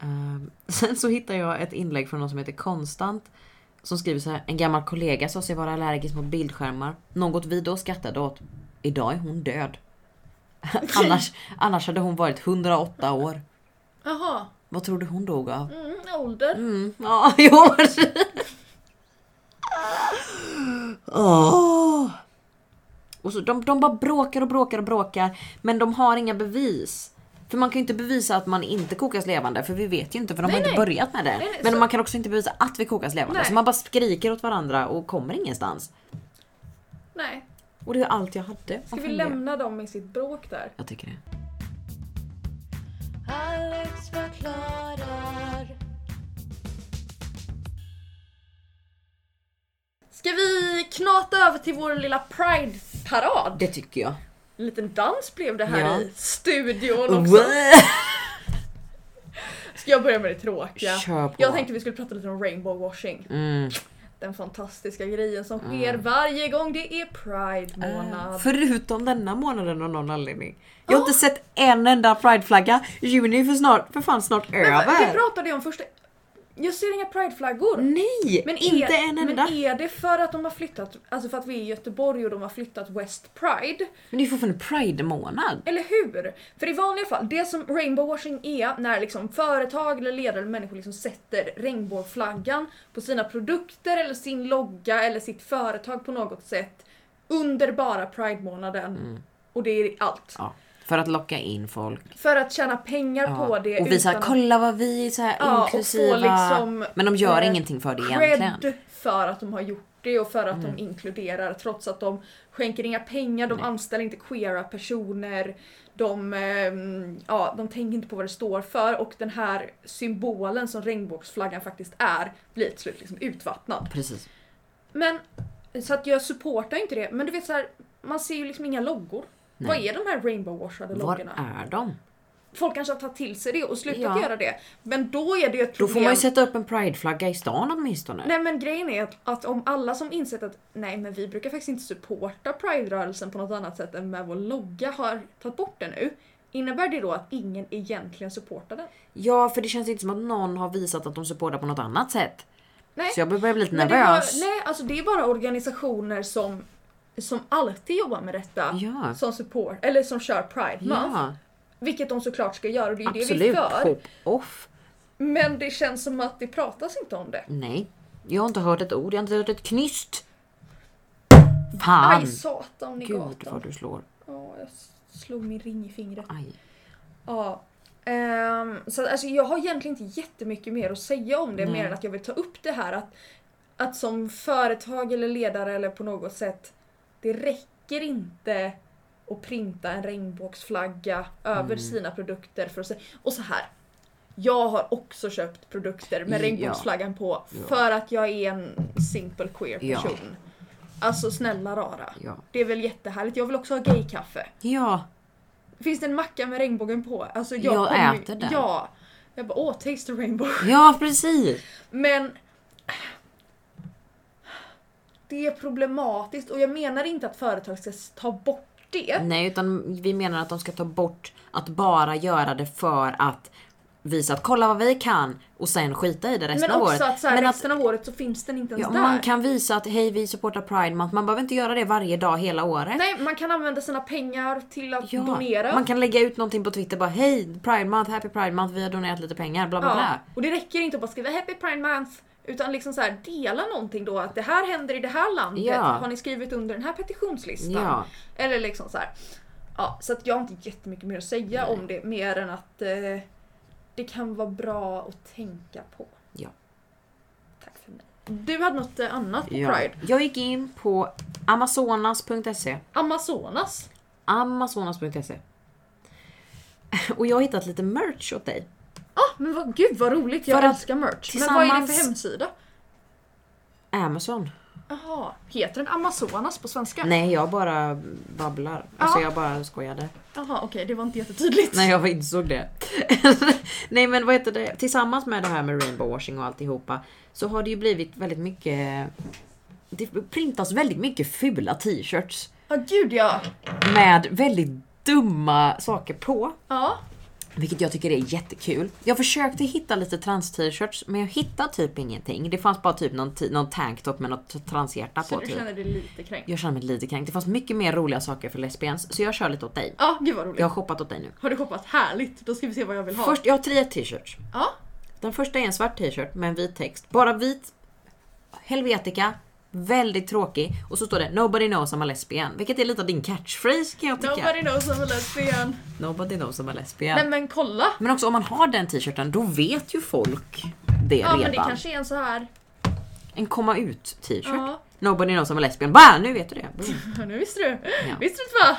Speaker 1: Ehm, [LAUGHS] sen så hittar jag ett inlägg från någon som heter Konstant som skriver så här. En gammal kollega sa sig vara allergisk mot bildskärmar. Något vi då skrattade åt. Idag är hon död. [LAUGHS] annars, annars hade hon varit 108 år.
Speaker 2: Jaha.
Speaker 1: Vad tror du hon dog av?
Speaker 2: Mm, ålder.
Speaker 1: Mm, ja,
Speaker 2: [LAUGHS]
Speaker 1: jo. Åh. Och så, de, de bara bråkar och bråkar och bråkar. Men de har inga bevis. För man kan ju inte bevisa att man inte kokas levande. För vi vet ju inte för de har inte börjat med det.
Speaker 2: nej,
Speaker 1: men
Speaker 2: så-
Speaker 1: man kan också inte bevisa att vi kokas levande.
Speaker 2: Nej.
Speaker 1: Så man bara skriker åt varandra och kommer ingenstans.
Speaker 2: Nej.
Speaker 1: Och det är allt jag hade.
Speaker 2: Ska vi lämna dem i sitt bråk där?
Speaker 1: Jag tycker det.
Speaker 3: Alex förklarar.
Speaker 2: Ska vi knata över till vår lilla Pride-parad?
Speaker 1: Det tycker jag.
Speaker 2: En liten dans blev det här
Speaker 1: Ja.
Speaker 2: i studion också.
Speaker 1: Wow.
Speaker 2: Ska jag börja med det tråkiga?
Speaker 1: Kör på.
Speaker 2: Jag tänkte vi skulle prata lite om rainbow washing.
Speaker 1: [LAUGHS] Mm.
Speaker 2: Den fantastiska grejen som sker varje gång det är
Speaker 1: Äh,
Speaker 2: Pride-månad.
Speaker 1: Eh, Förutom denna månaden av någon anledning. Jag har inte sett en enda prideflagga. Juni är för, snart, för fan snart
Speaker 2: Men vad- vi
Speaker 1: över.
Speaker 2: pratade ju om första... Jag ser inga Pride-flaggor.
Speaker 1: Nej,
Speaker 2: Men
Speaker 1: inte
Speaker 2: är,
Speaker 1: en enda.
Speaker 2: Men är det för att de har flyttat, alltså för att vi är i Göteborg och de har flyttat West Pride?
Speaker 1: Men det är ju fortfarande pride-månad.
Speaker 2: Eller hur? För i vanliga fall, det som rainbow washing är när liksom företag eller ledare eller människor liksom sätter regnbågsflaggan på sina produkter eller sin logga eller sitt företag på något sätt under bara Pride-månaden.
Speaker 1: Mm.
Speaker 2: Och det är allt.
Speaker 1: Ja, för att locka in folk.
Speaker 2: För att tjäna pengar
Speaker 1: Ja.
Speaker 2: på det
Speaker 1: och visa,
Speaker 2: utan att-
Speaker 1: kolla vad vi är så här
Speaker 2: Ja, och få
Speaker 1: inklusiva.
Speaker 2: liksom,
Speaker 1: Men de gör
Speaker 2: eh,
Speaker 1: ingenting för det egentligen. Mm.
Speaker 2: cred för att de har gjort det och för att de inkluderar trots att de skänker inga pengar, de anställer inte queera personer, de, ehm, ja, de tänker inte på vad det står för och den här symbolen som regnbågsflaggan faktiskt är blir till slut liksom utvattnad.
Speaker 1: Precis.
Speaker 2: Men, så att jag supportar inte det, men du vet så här, man ser ju liksom inga loggor.
Speaker 1: Nej.
Speaker 2: Vad är de här rainbow-washade
Speaker 1: Var
Speaker 2: loggorna?
Speaker 1: är de?
Speaker 2: Folk kanske har tagit till sig det och slutat
Speaker 1: Ja.
Speaker 2: göra det. Men då är det ju ett
Speaker 1: Då
Speaker 2: problem.
Speaker 1: får man ju sätta upp en prideflagga i stan åtminstone.
Speaker 2: Nej men grejen är att, att om alla som insett att nej men vi brukar faktiskt inte supporta Pride-rörelsen på något annat sätt än med vår logga har tagit bort den nu. Innebär det då att ingen egentligen supportar den?
Speaker 1: Ja, för det känns inte som att någon har visat att de supportar på något annat sätt.
Speaker 2: Nej.
Speaker 1: Så jag börjar bli lite
Speaker 2: Men det
Speaker 1: nervös.
Speaker 2: var, nej, alltså det är bara organisationer som som alltid jobbar med detta
Speaker 1: Ja.
Speaker 2: som support, eller som kör Pride Month.
Speaker 1: Ja,
Speaker 2: Vilket de såklart ska göra och det är det vi är
Speaker 1: absolut.
Speaker 2: för.
Speaker 1: Pop off.
Speaker 2: Men det känns som att det pratas inte om det.
Speaker 1: Nej. Jag har inte hört ett ord, jag har inte hört ett knyst.
Speaker 2: Aj
Speaker 1: Fan!
Speaker 2: satan i
Speaker 1: Gud
Speaker 2: gatan.
Speaker 1: vad du slår.
Speaker 2: Ja, jag slog min ring i fingret.
Speaker 1: Aj.
Speaker 2: Ja. Ehm, så att, alltså, jag har egentligen inte jättemycket mer att säga om det
Speaker 1: Nej.
Speaker 2: mer än att jag vill ta upp det här att, att som företag eller ledare eller på något sätt det räcker inte att printa en regnbågsflagga
Speaker 1: Mm.
Speaker 2: över sina produkter för att se. Och så här. Jag har också köpt produkter med
Speaker 1: Ja.
Speaker 2: regnbågsflaggan på
Speaker 1: Ja.
Speaker 2: för att jag är en simple queer
Speaker 1: Ja.
Speaker 2: person. Alltså snälla rara.
Speaker 1: Ja.
Speaker 2: Det är väl jättehärligt. Jag vill också ha gaykaffe.
Speaker 1: Ja,
Speaker 2: Finns det en macka med regnbågen på? Alltså jag,
Speaker 1: Jag
Speaker 2: kommer ju-
Speaker 1: äter den.
Speaker 2: Ja. Jag bara åh, taste the rainbow.
Speaker 1: ja precis.
Speaker 2: Men det är problematiskt och jag menar inte att företag ska ta bort det.
Speaker 1: Nej, utan vi menar att de ska ta bort att bara göra det för att visa att kolla vad vi kan och sen skita i det resten
Speaker 2: Men
Speaker 1: av
Speaker 2: också
Speaker 1: året.
Speaker 2: att så här,
Speaker 1: Men att
Speaker 2: resten av året så finns den inte ens
Speaker 1: ja,
Speaker 2: där.
Speaker 1: man kan visa att hej vi supportar Pride Month. Man behöver inte göra det varje dag hela året.
Speaker 2: Nej, man kan använda sina pengar till att
Speaker 1: Ja,
Speaker 2: donera.
Speaker 1: Man kan lägga ut någonting på Twitter bara hej Pride Month, happy Pride Month, vi har donerat lite pengar, bla bla
Speaker 2: ja.
Speaker 1: bla.
Speaker 2: Och det räcker inte att bara skriva happy pride month. Utan liksom så här, dela någonting då att det här händer i det här landet.
Speaker 1: Ja.
Speaker 2: Har ni skrivit under den här petitionslistan?
Speaker 1: Ja.
Speaker 2: Eller liksom så här. Ja, så att jag har inte jättemycket mer att säga om det mer än att eh, det kan vara bra att tänka på.
Speaker 1: Ja.
Speaker 2: Tack för mig. Du hade något eh, annat på
Speaker 1: Ja.
Speaker 2: Pride.
Speaker 1: Jag gick in på amazonas.se
Speaker 2: Amazonas.
Speaker 1: Amazonas.se Och jag har hittat lite merch åt dig.
Speaker 2: Ah, men vad, gud vad roligt, jag
Speaker 1: För att
Speaker 2: älskar merch. Men vad är det för
Speaker 1: tillsammans-
Speaker 2: hemsida?
Speaker 1: Amazon.
Speaker 2: Jaha, heter den Amazonas på svenska?
Speaker 1: Nej jag bara babblar. Alltså
Speaker 2: Ja.
Speaker 1: jag bara skojade.
Speaker 2: Jaha, okej det var inte jättetydligt.
Speaker 1: [LAUGHS] Nej jag insåg det. [LAUGHS] Nej men vad heter det? Tillsammans med det här med rainbow washing och alltihopa så har det ju blivit väldigt mycket det printas väldigt mycket fula t-shirts
Speaker 2: Ja, gud ja.
Speaker 1: med väldigt dumma saker på.
Speaker 2: Ja.
Speaker 1: Vilket jag tycker är jättekul. Jag försökte hitta lite trans-t-shirts men jag hittade typ ingenting. Det fanns bara typ någon, ti- någon tanktop med något transhjärta
Speaker 2: Så
Speaker 1: på
Speaker 2: du
Speaker 1: typ.
Speaker 2: känner dig lite kränkt?
Speaker 1: Jag känner mig lite kränkt. Det fanns mycket mer roliga saker för lesbians så jag kör lite åt dig.
Speaker 2: Ja, gud vad roligt.
Speaker 1: Jag har shoppat åt dig nu.
Speaker 2: Har du shoppat? Härligt, då ska vi se vad jag vill ha.
Speaker 1: Först, jag har tre t-shirts.
Speaker 2: Ja.
Speaker 1: Den första är en svart t-shirt med en vit text. Bara vit. Helvetica. Väldigt tråkig. Och så står det “Nobody knows I'm a lesbian”. Vilket är lite av din catchphrase kan jag tycka. Nobody,
Speaker 2: Nobody knows I'm a lesbian.
Speaker 1: knows I'm a lesbian.
Speaker 2: Nej men kolla!
Speaker 1: Men också om man har den t-shirten då vet ju folk det
Speaker 2: Ja
Speaker 1: redan.
Speaker 2: men det kanske är en så här.
Speaker 1: En komma ut t-shirt.
Speaker 2: Ja,
Speaker 1: Nobody knows I'm a lesbian. Va? Nu vet du det. Mm.
Speaker 2: [LAUGHS] nu visste du.
Speaker 1: Ja.
Speaker 2: Visste du inte va?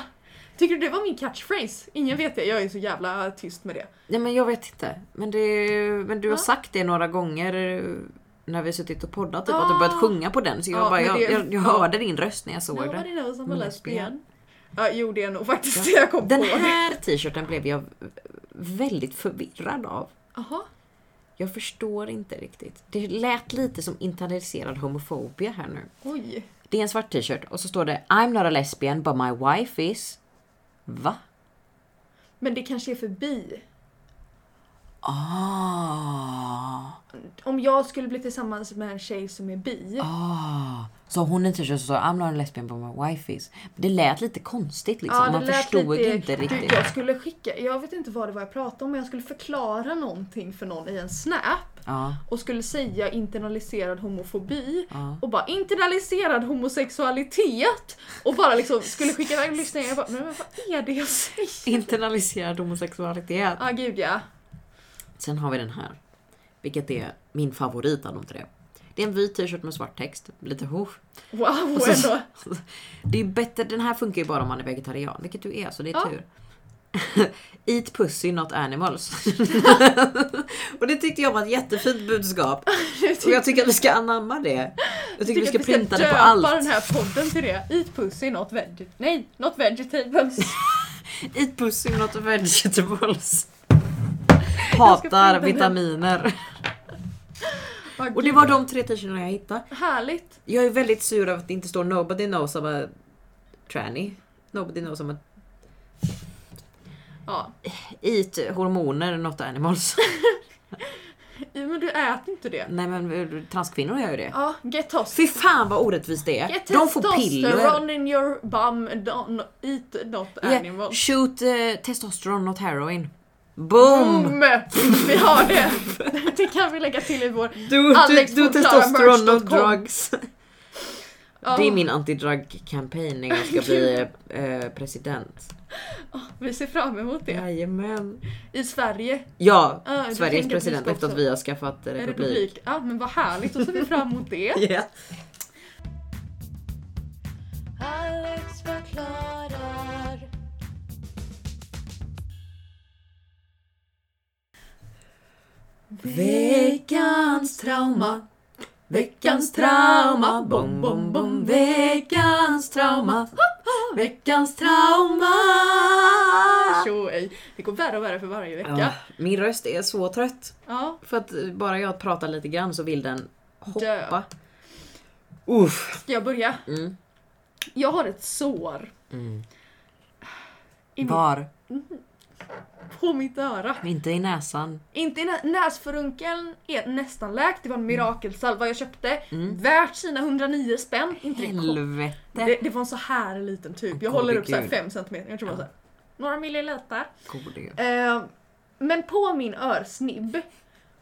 Speaker 2: Tycker du det var min catchphrase? Ingen vet det, jag är så jävla tyst med det.
Speaker 1: Nej men jag vet inte. Men, det, men du har
Speaker 2: Ja.
Speaker 1: sagt det några gånger eh, när vi suttit och poddat typ,
Speaker 2: Ja.
Speaker 1: att du börjat sjunga på den. Så jag,
Speaker 2: Ah. Ja,
Speaker 1: bara,
Speaker 2: men
Speaker 1: jag,
Speaker 2: det-
Speaker 1: jag, jag
Speaker 2: ja.
Speaker 1: hörde din röst när jag såg den.
Speaker 2: Nobody knows I'm a
Speaker 1: Mm,
Speaker 2: lesbian. Ja, jo det är nog faktiskt det
Speaker 1: Ja.
Speaker 2: jag kom
Speaker 1: Den
Speaker 2: på.
Speaker 1: här t-shirten blev jag väldigt förvirrad av.
Speaker 2: Jaha.
Speaker 1: Jag förstår inte riktigt. Det lät lite som internaliserad homofobia här nu.
Speaker 2: Oj.
Speaker 1: Det är en svart t-shirt och så står det I'm not a lesbian but my wife is. Va?
Speaker 2: Men det kanske är förbi.
Speaker 1: Ah.
Speaker 2: Om jag skulle bli tillsammans med en tjej som är bi.
Speaker 1: Ah. Så hon är en t-shirt som står I'm not a lesbian but my wife is. Det lät lite konstigt liksom.
Speaker 2: det
Speaker 1: Man
Speaker 2: lät
Speaker 1: förstod
Speaker 2: lite-
Speaker 1: inte
Speaker 2: du,
Speaker 1: riktigt.
Speaker 2: Jag skulle skicka, jag vet inte vad det var jag pratade om, men jag skulle förklara någonting för någon i en snap.
Speaker 1: Ja.
Speaker 2: och skulle säga internaliserad homofobi
Speaker 1: Ja.
Speaker 2: och bara internaliserad homosexualitet och bara liksom skulle skicka iväg lyssnare jag bara men vad är det jag säger?
Speaker 1: Internaliserad homosexualitet.
Speaker 2: Ja ah, gud ja.
Speaker 1: Sen har vi den här. Vilket är min favorit av de tre. Det är en vit t-shirt med svart text. Lite hoof.
Speaker 2: Wow
Speaker 1: Och så-
Speaker 2: ändå.
Speaker 1: Det är bättre, den här funkar ju bara om man är vegetarian, vilket du är så det är
Speaker 2: Ja.
Speaker 1: tur. [LAUGHS] Eat pussy not animals. och det tyckte jag var ett jättefint budskap. Och jag tycker att vi ska anamma det. Jag tycker vi ska
Speaker 2: att
Speaker 1: printa det på
Speaker 2: döpa den
Speaker 1: allt.
Speaker 2: här podden till det. Eat pussy not veg... Nej, not vegetables.
Speaker 1: Eat pussy not vegetables.
Speaker 2: Jag ska printa
Speaker 1: Hatar
Speaker 2: den.
Speaker 1: vitaminer.
Speaker 2: Ah,
Speaker 1: Och det
Speaker 2: gud.
Speaker 1: var de tre t-shirtarna jag hittade.
Speaker 2: Härligt.
Speaker 1: Jag är väldigt sur över att det inte står nobody knows I'm a tranny. Nobody knows I'm a
Speaker 2: Ja.
Speaker 1: eat hormoner not animals.
Speaker 2: Ja, men du äter inte det.
Speaker 1: Nej men eh, transkvinnor gör ju det.
Speaker 2: Ja, get tossed.
Speaker 1: Fy fan vad orättvist det är.
Speaker 2: Get
Speaker 1: De får
Speaker 2: testosterone
Speaker 1: piller.
Speaker 2: in your bum, don't eat not
Speaker 1: Yeah,
Speaker 2: animal.
Speaker 1: shoot eh, testosteron not heroin. Boom!
Speaker 2: Boom! Vi har det! Det kan vi lägga till i vår...
Speaker 1: Do,
Speaker 2: Alex
Speaker 1: do, do
Speaker 2: mot
Speaker 1: testosteron
Speaker 2: Klara
Speaker 1: not
Speaker 2: Merch dot com.
Speaker 1: drugs. Det är min anti-drug-campaign när jag ska
Speaker 2: [LAUGHS]
Speaker 1: bli eh, president.
Speaker 2: Vi ser fram emot det.
Speaker 1: Jajamän.
Speaker 2: I Sverige.
Speaker 1: Ja,
Speaker 2: Ja, du tänker att
Speaker 1: Sveriges
Speaker 2: vi
Speaker 1: president
Speaker 2: ska
Speaker 1: efter att
Speaker 2: också-
Speaker 1: vi har skaffat eh,
Speaker 2: Republik.
Speaker 1: republik.
Speaker 2: republik. Ja men vad härligt, då ser vi fram emot det.
Speaker 1: Ja.
Speaker 3: Alex förklarar.
Speaker 1: Veckans trauma. Veckans trauma. Bom, bom, bom. Veckans trauma. Veckans trauma.
Speaker 2: Tjo ej. Det går värre och värre för varje vecka.
Speaker 1: Ja, min röst är så trött.
Speaker 2: Ja.
Speaker 1: För att eh, bara jag pratar lite grann så vill den
Speaker 2: Dö.
Speaker 1: hoppa. Uff.
Speaker 2: Ska jag börja?
Speaker 1: Mm.
Speaker 2: Jag har ett sår. I mitt,
Speaker 1: Var?
Speaker 2: på mitt öra.
Speaker 1: Inte i näsan.
Speaker 2: Inte i nä- näsförunkeln är nästan läkt. Det var
Speaker 1: Mm.
Speaker 2: en mirakelsalva jag köpte. Värt sina 109 spänn. Inte det kom-
Speaker 1: Helvete.
Speaker 2: det, det var en så här liten typ. Jag
Speaker 1: Gode
Speaker 2: håller upp så här
Speaker 1: gud.
Speaker 2: 5 cm. Jag tror bara så här. Några milliliter.
Speaker 1: Gode gud.
Speaker 2: Eh, men på min örsnibb,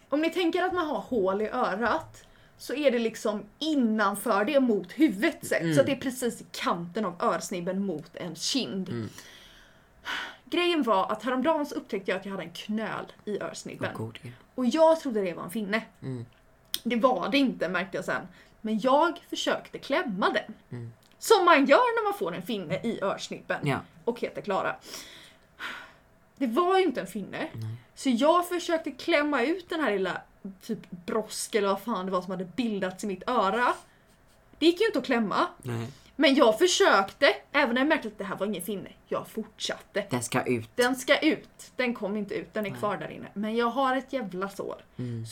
Speaker 2: om ni tänker att man har hål i örat så är det liksom innanför det mot huvudet sett. Så att det är precis i kanten av örsnibben mot en kind. Grejen var att häromdagen så upptäckte jag att jag hade en knöl i örsnibben.
Speaker 1: Åh, gode gud.
Speaker 2: Och jag trodde det var en finne. Det var det inte märkte jag sen. Men jag försökte klämma den. Som man gör när man får en finne i örsnibben
Speaker 1: Ja.
Speaker 2: och heter Klara. Det var ju inte en finne. Så jag försökte klämma ut den här lilla typ brosk eller vad fan det var som hade bildats i mitt öra. Det gick ju inte att klämma.
Speaker 1: Nej.
Speaker 2: Men jag försökte, även när jag märkte att det här var ingen finne. Jag fortsatte.
Speaker 1: Den ska ut.
Speaker 2: Den ska ut. Den kom inte ut, den är kvar där inne. Men jag har ett jävla sår.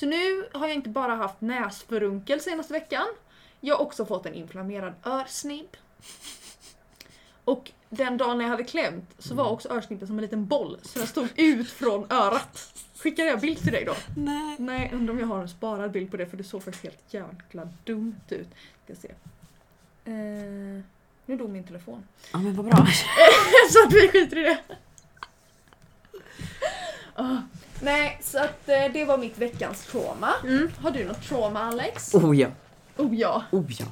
Speaker 2: Så nu har jag inte bara haft näsförunkel senaste veckan. Jag har också fått en inflammerad örsnibb. Och den dagen när jag hade klämt så var också örsnibben som en liten boll. Så den stod ut från örat. Skickade jag bild till dig då?
Speaker 1: Nej.
Speaker 2: Nej, undrar om jag har en sparad bild på det för det såg faktiskt helt jävla dumt ut. Ska se. Eh, nu dog min telefon.
Speaker 1: Ja men vad bra. [LAUGHS]
Speaker 2: så att vi skiter i det. Ah. Nej, så att eh, det var mitt veckans trauma. Har du något trauma Alex?
Speaker 1: Oh ja.
Speaker 2: Oh ja.
Speaker 1: Oh ja.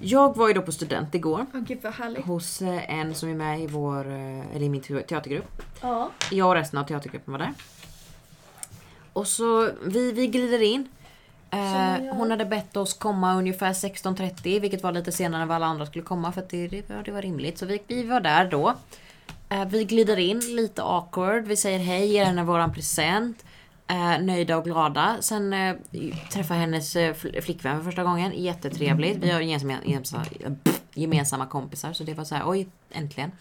Speaker 1: Jag var ju då på student igår.
Speaker 2: Åh Ah, gud vad härligt.
Speaker 1: Hos eh, en som är med i, vår, eh, eller i min te- teatergrupp.
Speaker 2: Ja.
Speaker 1: Jag och resten av teatergruppen var där. Och så vi, vi glider in.
Speaker 2: man
Speaker 1: Eh,
Speaker 2: gör.
Speaker 1: hon hade bett oss komma ungefär 16.30 vilket var lite senare än vad alla andra skulle komma för att det, det, var, det var rimligt. Så vi, vi var där då. Eh, vi glider in lite awkward. Vi säger hej, ger henne våran present. Eh, nöjda och glada. Sen eh, träffar hennes eh, fl- flickvän för första gången. Jättetrevligt. Vi har gemensamma, gemensamma, gemensamma kompisar så det var så här, oj äntligen.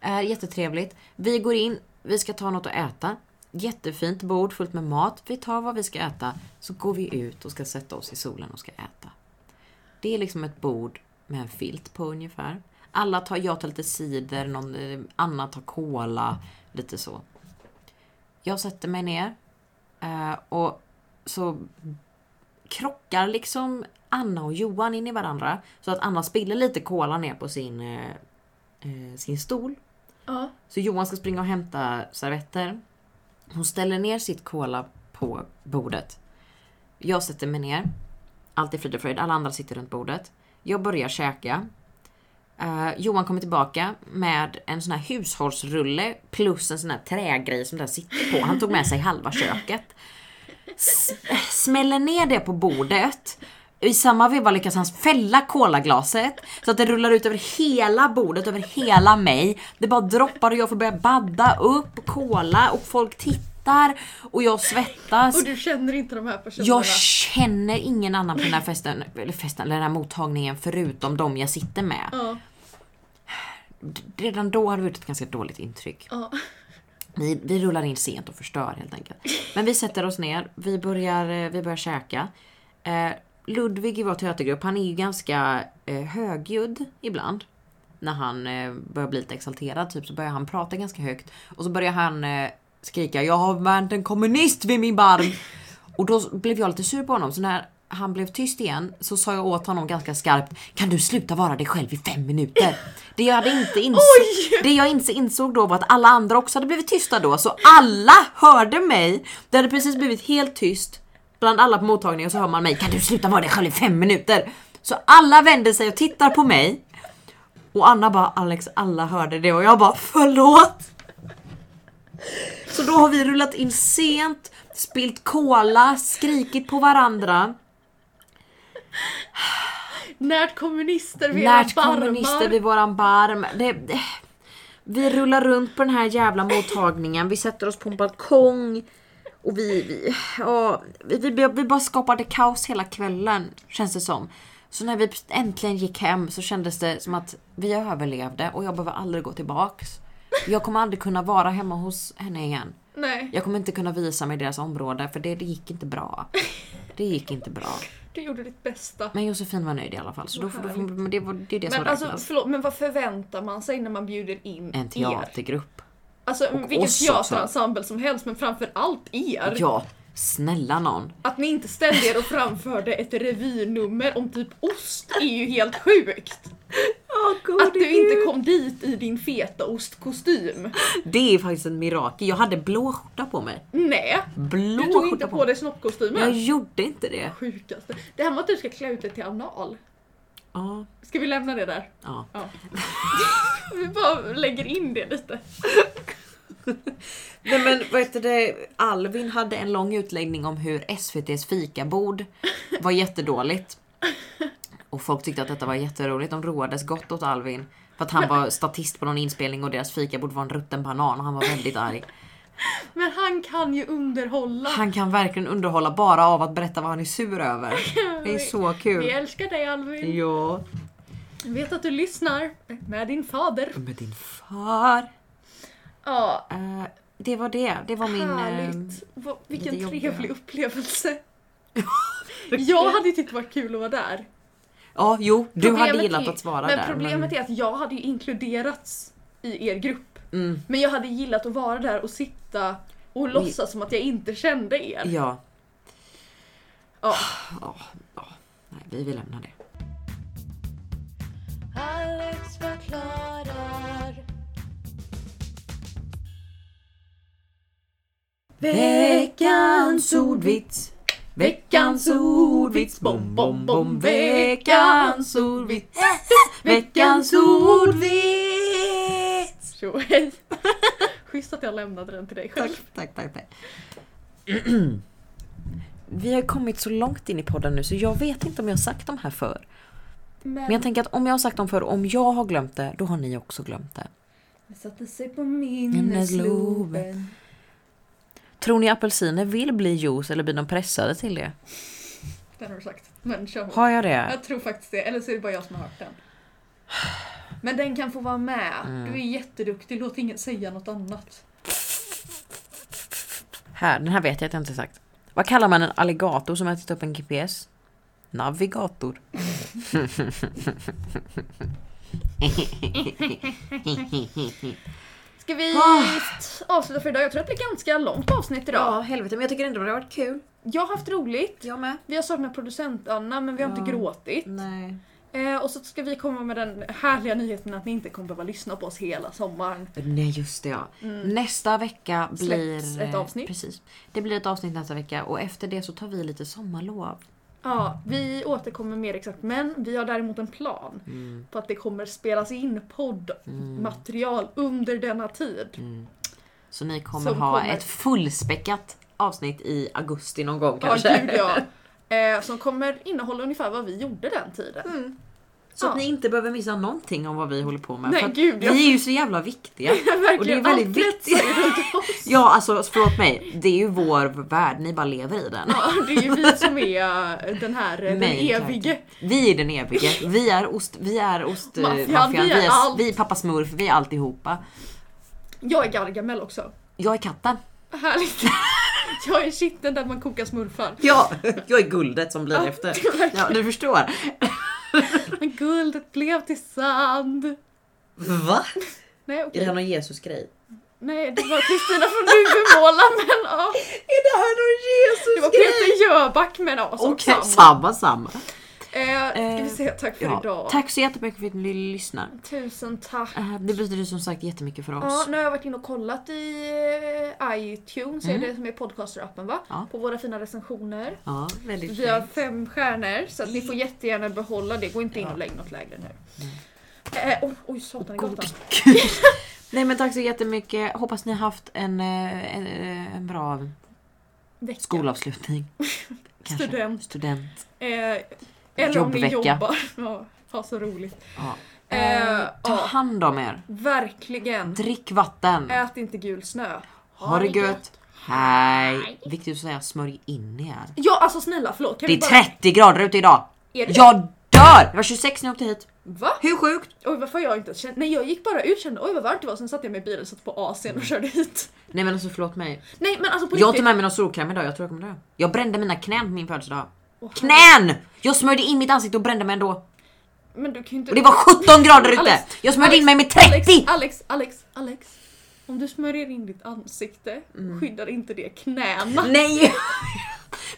Speaker 1: Eh, jättetrevligt. Vi går in, vi ska ta något att äta. Jättefint bord fullt med mat. Vi tar vad vi ska äta. Så går vi ut och ska sätta oss i solen och ska äta. Det är liksom ett bord med en filt på ungefär. Alla tar, jag tar lite cider, någon eh, annan tar cola, lite så. Jag sätter mig ner eh, och så krockar liksom Anna och Johan in i varandra. Så att Anna spiller lite cola ner på sin, eh, eh, sin stol.
Speaker 2: Ja.
Speaker 1: Så Johan ska springa och hämta servetter. Hon ställer ner sitt cola på bordet. Jag sätter mig ner. Allt är frid och fröjd. Alla andra sitter runt bordet. Jag börjar käka. Eh, Johan kommer tillbaka med en sån här hushållsrulle plus en sån här trägrej som den sitter på. Han tog med sig halva köket. S- smäller ner det på bordet. I samma veva lyckas han fälla kolaglaset så att det rullar ut över hela bordet, över hela mig. Det bara droppar och jag får börja badda upp kola och folk tittar och jag svettas.
Speaker 2: Ah. Och du känner inte de här personerna?
Speaker 1: Jag känner ingen annan på den här festen, eller festen, eller den här mottagningen förutom de jag sitter med.
Speaker 2: Ja.
Speaker 1: D- Redan då hade vi gjort ett ganska dåligt intryck.
Speaker 2: Ja.
Speaker 1: Vi, vi rullar in sent och förstör helt enkelt. Men vi sätter oss ner, vi börjar, eh, vi börjar käka. Eh, Ludvig i vår teatergrupp, han är ju ganska eh, högljudd ibland. När han eh, börjar bli lite exalterad typ så börjar han prata ganska högt. Och så börjar han eh, skrika “Jag har värnt en kommunist vid min barm!” Och då blev jag lite sur på honom så när han blev tyst igen så sa jag åt honom ganska skarpt Kan du sluta vara dig själv i fem minuter? Det jag, hade inte insåg, det jag inte insåg då var att alla andra också hade blivit tysta då så alla hörde mig. Det hade precis blivit helt tyst bland alla på mottagningen och så hör man mig Kan du sluta vara dig själv i fem minuter? Så alla vänder sig och tittar på mig och Anna bara Alex alla hörde det och jag bara förlåt. Så då har vi rullat in sent, spilt cola, skrikit på varandra.
Speaker 2: Närt kommunister vid era
Speaker 1: Lärt kommunister
Speaker 2: barmar.
Speaker 1: vid våran barm. Det, det, vi rullar runt på den här jävla mottagningen, vi sätter oss på en balkong och vi, vi, ja, vi, vi, vi bara skapade kaos hela kvällen känns det som. Så när vi äntligen gick hem så kändes det som att vi överlevde och jag behöver aldrig gå tillbaks. Jag kommer aldrig kunna vara hemma hos henne igen.
Speaker 2: Nej,
Speaker 1: Jag kommer inte kunna visa mig deras område för det, det gick inte bra. Det gick inte bra.
Speaker 2: du gjorde ditt bästa.
Speaker 1: Men Josefin var nöjd i alla fall. Så då,
Speaker 2: Vad
Speaker 1: får- då, får-
Speaker 2: härligt.
Speaker 1: men det, var, det är det som
Speaker 2: Men, alltså,
Speaker 1: räknas.
Speaker 2: förlåt, men vad förväntar man sig när man bjuder in
Speaker 1: En
Speaker 2: er?
Speaker 1: teatergrupp.
Speaker 2: Alltså vilken
Speaker 1: oss också.
Speaker 2: teaterensemble som helst men framför allt er.
Speaker 1: Ja, snälla någon.
Speaker 2: Att ni inte ställde er och framförde ett revynummer om typ ost är ju helt sjukt. Att du inte kom dit i din feta ostkostym.
Speaker 1: Det är faktiskt ett mirakel. Jag hade blå skjorta på mig.
Speaker 2: Nej,
Speaker 1: Blå
Speaker 2: du tog
Speaker 1: skjorta
Speaker 2: inte
Speaker 1: på
Speaker 2: på
Speaker 1: mig.
Speaker 2: dig snoppkostymen.
Speaker 1: Jag gjorde inte det.
Speaker 2: Sjukaste. Det här med att du ska klä ut dig till anal.
Speaker 1: Ja,
Speaker 2: Ska vi lämna det där?
Speaker 1: ja.
Speaker 2: Ja. vi bara lägger in det lite.
Speaker 1: Nej men vad heter det? Alvin hade en lång utläggning om hur SVTs fikabord var jättedåligt. Och folk tyckte att detta var jätteroligt. De roades gott åt Alvin. För att han var statist på någon inspelning och deras fikabord var en rutten banan och han var väldigt arg.
Speaker 2: Men han kan ju underhålla.
Speaker 1: Han kan verkligen underhålla bara av att berätta vad han är sur över. Det är så
Speaker 2: Vi
Speaker 1: kul.
Speaker 2: älskar dig Alvin.
Speaker 1: Ja.
Speaker 2: Vet att du lyssnar med din fader.
Speaker 1: Med din far.
Speaker 2: Ja,
Speaker 1: Eh, det var det. Det var min... eh, ehm,
Speaker 2: härligt. Vad-
Speaker 1: lite
Speaker 2: Vilken
Speaker 1: jobbiga. [LAUGHS]
Speaker 2: trevlig upplevelse.
Speaker 1: eh,
Speaker 2: Jag hade ju tyckt det var kul att vara där.
Speaker 1: Ja, jo. Du hade
Speaker 2: Problemet
Speaker 1: gillat
Speaker 2: är-
Speaker 1: att svara
Speaker 2: men
Speaker 1: där.
Speaker 2: Problemet är att jag hade ju inkluderats i er grupp.
Speaker 1: Mm,
Speaker 2: Men jag hade gillat att vara där och sitta och låtsas som att jag inte kände er.
Speaker 1: ja.
Speaker 2: Ja.
Speaker 1: Ja, ja. Nej, vi, vi lämnar det.
Speaker 3: Alex förklarar.
Speaker 1: Veckans ordvits. Veckans ordvits. Bom, bom, bom. Veckans ordvits. [LAUGHS] Veckans ordvits.
Speaker 2: Så hej. [LAUGHS] Schysst att jag lämnade den till dig själv.
Speaker 1: Tack, tack, tack. tack. [CLEARS THROAT] Vi har kommit så långt in i podden nu så jag vet inte om jag har sagt de här förr. Men jag tänker att om jag har sagt dem förr, om jag har glömt det, då har ni också glömt det.
Speaker 2: Jag satte sig på
Speaker 1: Minnesloben. Tror ni apelsiner vill bli juice eller blir de pressade till det?
Speaker 2: Den har du sagt. Men kör på.
Speaker 1: Har jag det?
Speaker 2: Jag tror faktiskt det. Eller så är det bara jag som har hört den. Men den kan få vara med. Du är jätteduktig. Låt ingen säga något annat.
Speaker 1: Här, den här vet jag att jag inte sagt. Vad kallar man en alligator som ätit upp en GPS? [LAUGHS] Navigator.
Speaker 2: Ska vi avsluta för idag? Jag tror att det är ganska långt avsnitt idag.
Speaker 1: helvete men jag tycker ändå det har varit kul.
Speaker 2: Jag har haft roligt.
Speaker 1: Jag med.
Speaker 2: Vi har saknat producent-Anna men vi har inte
Speaker 1: Ja.
Speaker 2: gråtit.
Speaker 1: Nej.
Speaker 2: Eh, och så ska vi komma med den härliga nyheten att ni inte kommer behöva lyssna på oss hela sommaren.
Speaker 1: Nej just det ja.
Speaker 2: Mm.
Speaker 1: Nästa vecka blir...
Speaker 2: Släpps ett avsnitt.
Speaker 1: Precis. Det blir ett avsnitt nästa vecka och efter det så tar vi lite sommarlov.
Speaker 2: Ja, vi återkommer mer exakt men vi har däremot en plan på att det kommer spelas in poddmaterial under denna tid.
Speaker 1: Så ni kommer
Speaker 2: Som
Speaker 1: ha
Speaker 2: kommer.
Speaker 1: ett fullspäckat avsnitt i augusti någon gång
Speaker 2: Ja,
Speaker 1: kanske.
Speaker 2: gud ja. Eh, som kommer innehålla ungefär vad vi gjorde den tiden.
Speaker 1: Mm. Så att
Speaker 2: Ja.
Speaker 1: ni inte behöver missa någonting om vad vi håller på med.
Speaker 2: Nej,
Speaker 1: för att
Speaker 2: gud, ja.
Speaker 1: vi är ju så jävla viktiga. Och det är
Speaker 2: Verkligen,
Speaker 1: ju väldigt
Speaker 2: allt
Speaker 1: viktigt.
Speaker 2: kretsar ju runt
Speaker 1: [LAUGHS]
Speaker 2: oss.
Speaker 1: Ja alltså förlåt mig, det är ju vår värld, ni bara lever i den.
Speaker 2: Ja, det är ju vi som är eh, den här, eh, den
Speaker 1: Nej, tack.
Speaker 2: evige.
Speaker 1: Vi är den evige, vi är ost, vi är ost, eh,
Speaker 2: Maffian,
Speaker 1: maffian, vi,
Speaker 2: vi är
Speaker 1: är,
Speaker 2: allt.
Speaker 1: vi är pappa smurf, vi är alltihopa.
Speaker 2: Jag är Gargamel också.
Speaker 1: Jag är katten.
Speaker 2: Härligt. [LAUGHS] Jag är kitteln där man kokar smurfar.
Speaker 1: Ja, [LAUGHS] jag är guldet som blir efter. Ja, du förstår.
Speaker 2: Men guldet blev till sand.
Speaker 1: Va?
Speaker 2: Nej okej.
Speaker 1: någon Jesus-grej?
Speaker 2: Nej, det var Kristina från Duvemåla [LAUGHS] men ja.
Speaker 1: Är det här någon
Speaker 2: Det var Peter Jöback men ja, som
Speaker 1: Okej,
Speaker 2: samma.
Speaker 1: samma samma.
Speaker 2: Eh, ska
Speaker 1: Eh,
Speaker 2: vi säga tack för
Speaker 1: Ja.
Speaker 2: idag.
Speaker 1: Tack så jättemycket för att ni lyssnar.
Speaker 2: Tusen tack.
Speaker 1: Eh, Det betyder som sagt jättemycket för
Speaker 2: Ja,
Speaker 1: oss.
Speaker 2: nu har jag varit inne och kollat i eh, iTunes, är det som är podcaster-appen va?
Speaker 1: Mm. Ja.
Speaker 2: På våra fina recensioner.
Speaker 1: Ja, väldigt
Speaker 2: Vi har
Speaker 1: fint.
Speaker 2: fem stjärnor så att ni
Speaker 1: Mm.
Speaker 2: får jättegärna behålla det. Gå inte in och lägg något lägre nu.
Speaker 1: Mm.
Speaker 2: Eh, oj, oj, satan i gatan.
Speaker 1: Gud. [LAUGHS] Nej men tack så jättemycket. Hoppas ni har haft en, eh, en, eh, en bra
Speaker 2: Vecka.
Speaker 1: skolavslutning. Kanske.
Speaker 2: Student.
Speaker 1: Student.
Speaker 2: Eh, eller om ni
Speaker 1: Jobbvecka.
Speaker 2: jobbar. Ja, ha så roligt.
Speaker 1: Ja.
Speaker 2: Eh,
Speaker 1: Eh, ta
Speaker 2: ja.
Speaker 1: hand om er.
Speaker 2: Verkligen.
Speaker 1: Drick vatten.
Speaker 2: Ät inte gul snö.
Speaker 1: Ha det gött. Hej. Viktigt att säga smörj in er.
Speaker 2: Ja, alltså snälla förlåt.
Speaker 1: Det
Speaker 2: Kan vi
Speaker 1: är
Speaker 2: bara...
Speaker 1: 30 grader ute idag.
Speaker 2: Är det-
Speaker 1: Jag dör! Det var 26 när jag åkte hit.
Speaker 2: Va?
Speaker 1: Hur sjukt?
Speaker 2: Oj varför har jag inte känt? Nej jag gick bara ut kände oj vad varmt det var sen satte jag mig i bilen satte på AC'n och
Speaker 1: Mm.
Speaker 2: körde hit.
Speaker 1: Nej men alltså förlåt mig.
Speaker 2: Nej men alltså på
Speaker 1: Jag
Speaker 2: riktigt.
Speaker 1: tog med mig någon solkräm idag, jag tror jag kommer dö. Jag brände mina knän på min födelsedag.
Speaker 2: Åh,
Speaker 1: Knän! Jag smörjde in mitt ansikte och brände mig ändå.
Speaker 2: Men du kan ju inte...
Speaker 1: Och det var 17 grader ute!
Speaker 2: Alex,
Speaker 1: Jag smörjde
Speaker 2: Alltså, Alex,
Speaker 1: in mig med 30!
Speaker 2: Alex, Alex, Alex, Alex. Om du smörjer in ditt ansikte
Speaker 1: Mm.
Speaker 2: skyddar inte det knäna.
Speaker 1: [LAUGHS] Nej!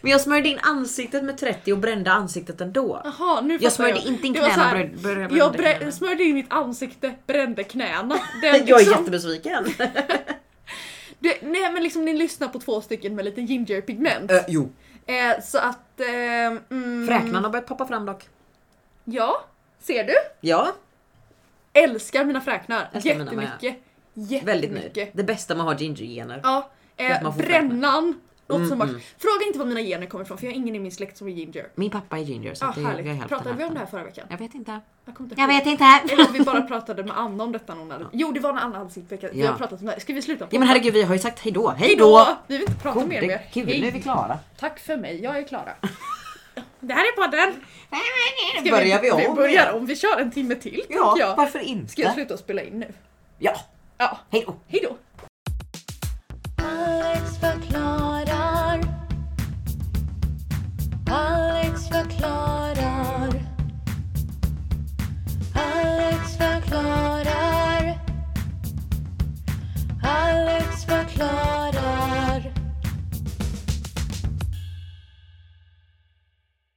Speaker 1: Men jag smörjde in ansiktet med 30 och brände ansiktet ändå.
Speaker 2: Jaha nu
Speaker 1: Jag
Speaker 2: fattar
Speaker 1: smörjde inte in
Speaker 2: Det var
Speaker 1: knäna
Speaker 2: så här,
Speaker 1: brände- brände
Speaker 2: Jag
Speaker 1: knäna.
Speaker 2: [LAUGHS] brä- smörjde in mitt ansikte,
Speaker 1: [LAUGHS]
Speaker 2: brände knäna. Den
Speaker 1: Jag är
Speaker 2: liksom-
Speaker 1: jättebesviken.
Speaker 2: [LAUGHS] det, nej men liksom ni lyssnar på två stycken med lite ginger pigment.
Speaker 1: Eh, jo.
Speaker 2: Eh, så att... Eh, mm,
Speaker 1: Fräknarna har börjat poppa fram dock.
Speaker 2: Ja, ser du?
Speaker 1: Ja,
Speaker 2: Älskar mina fräknar
Speaker 1: Älskar mina med.
Speaker 2: jättemycket.
Speaker 1: väldigt
Speaker 2: jättemycket.
Speaker 1: nöjd. Det bästa med att ha gingergener.
Speaker 2: Ja,
Speaker 1: Att man
Speaker 2: eh,
Speaker 1: får
Speaker 2: brännan. Låter som
Speaker 1: Mm,
Speaker 2: vart- Fråga inte var mina gener kommer ifrån för jag har ingen i min släkt som är ginger.
Speaker 1: Min pappa är ginger så
Speaker 2: Ja,
Speaker 1: att det, jag är
Speaker 2: härligt.
Speaker 1: helt
Speaker 2: Pratade vi om det
Speaker 1: här?
Speaker 2: här förra veckan?
Speaker 1: Jag vet inte.
Speaker 2: Jag, kommer inte
Speaker 1: Jag
Speaker 2: ihåg.
Speaker 1: vet inte.
Speaker 2: Eller om vi bara pratade med Anna om detta någon annan. Jo det var när Anna hade sitt vecka. Vi
Speaker 1: Ja.
Speaker 2: har pratat om det här. Ska vi sluta?
Speaker 1: [LAUGHS]
Speaker 2: På?
Speaker 1: Ja men herregud vi har ju sagt hejdå. Hejdå!
Speaker 2: Hejdå! Vi vill inte prata mer med
Speaker 1: Gode gud, nu är vi klara.
Speaker 2: Tack för mig, jag är Klara. [LAUGHS] det här är podden! Ska
Speaker 1: Börjar vi om
Speaker 2: Vi börjar
Speaker 1: igen?
Speaker 2: om, vi kör en timme till
Speaker 1: Ja,
Speaker 2: tänker jag.
Speaker 1: varför inte?
Speaker 2: Ska jag sluta och spela in nu?
Speaker 1: Ja,
Speaker 2: Ja,
Speaker 1: hejdå.
Speaker 2: hejdå!
Speaker 3: Alex förklarar.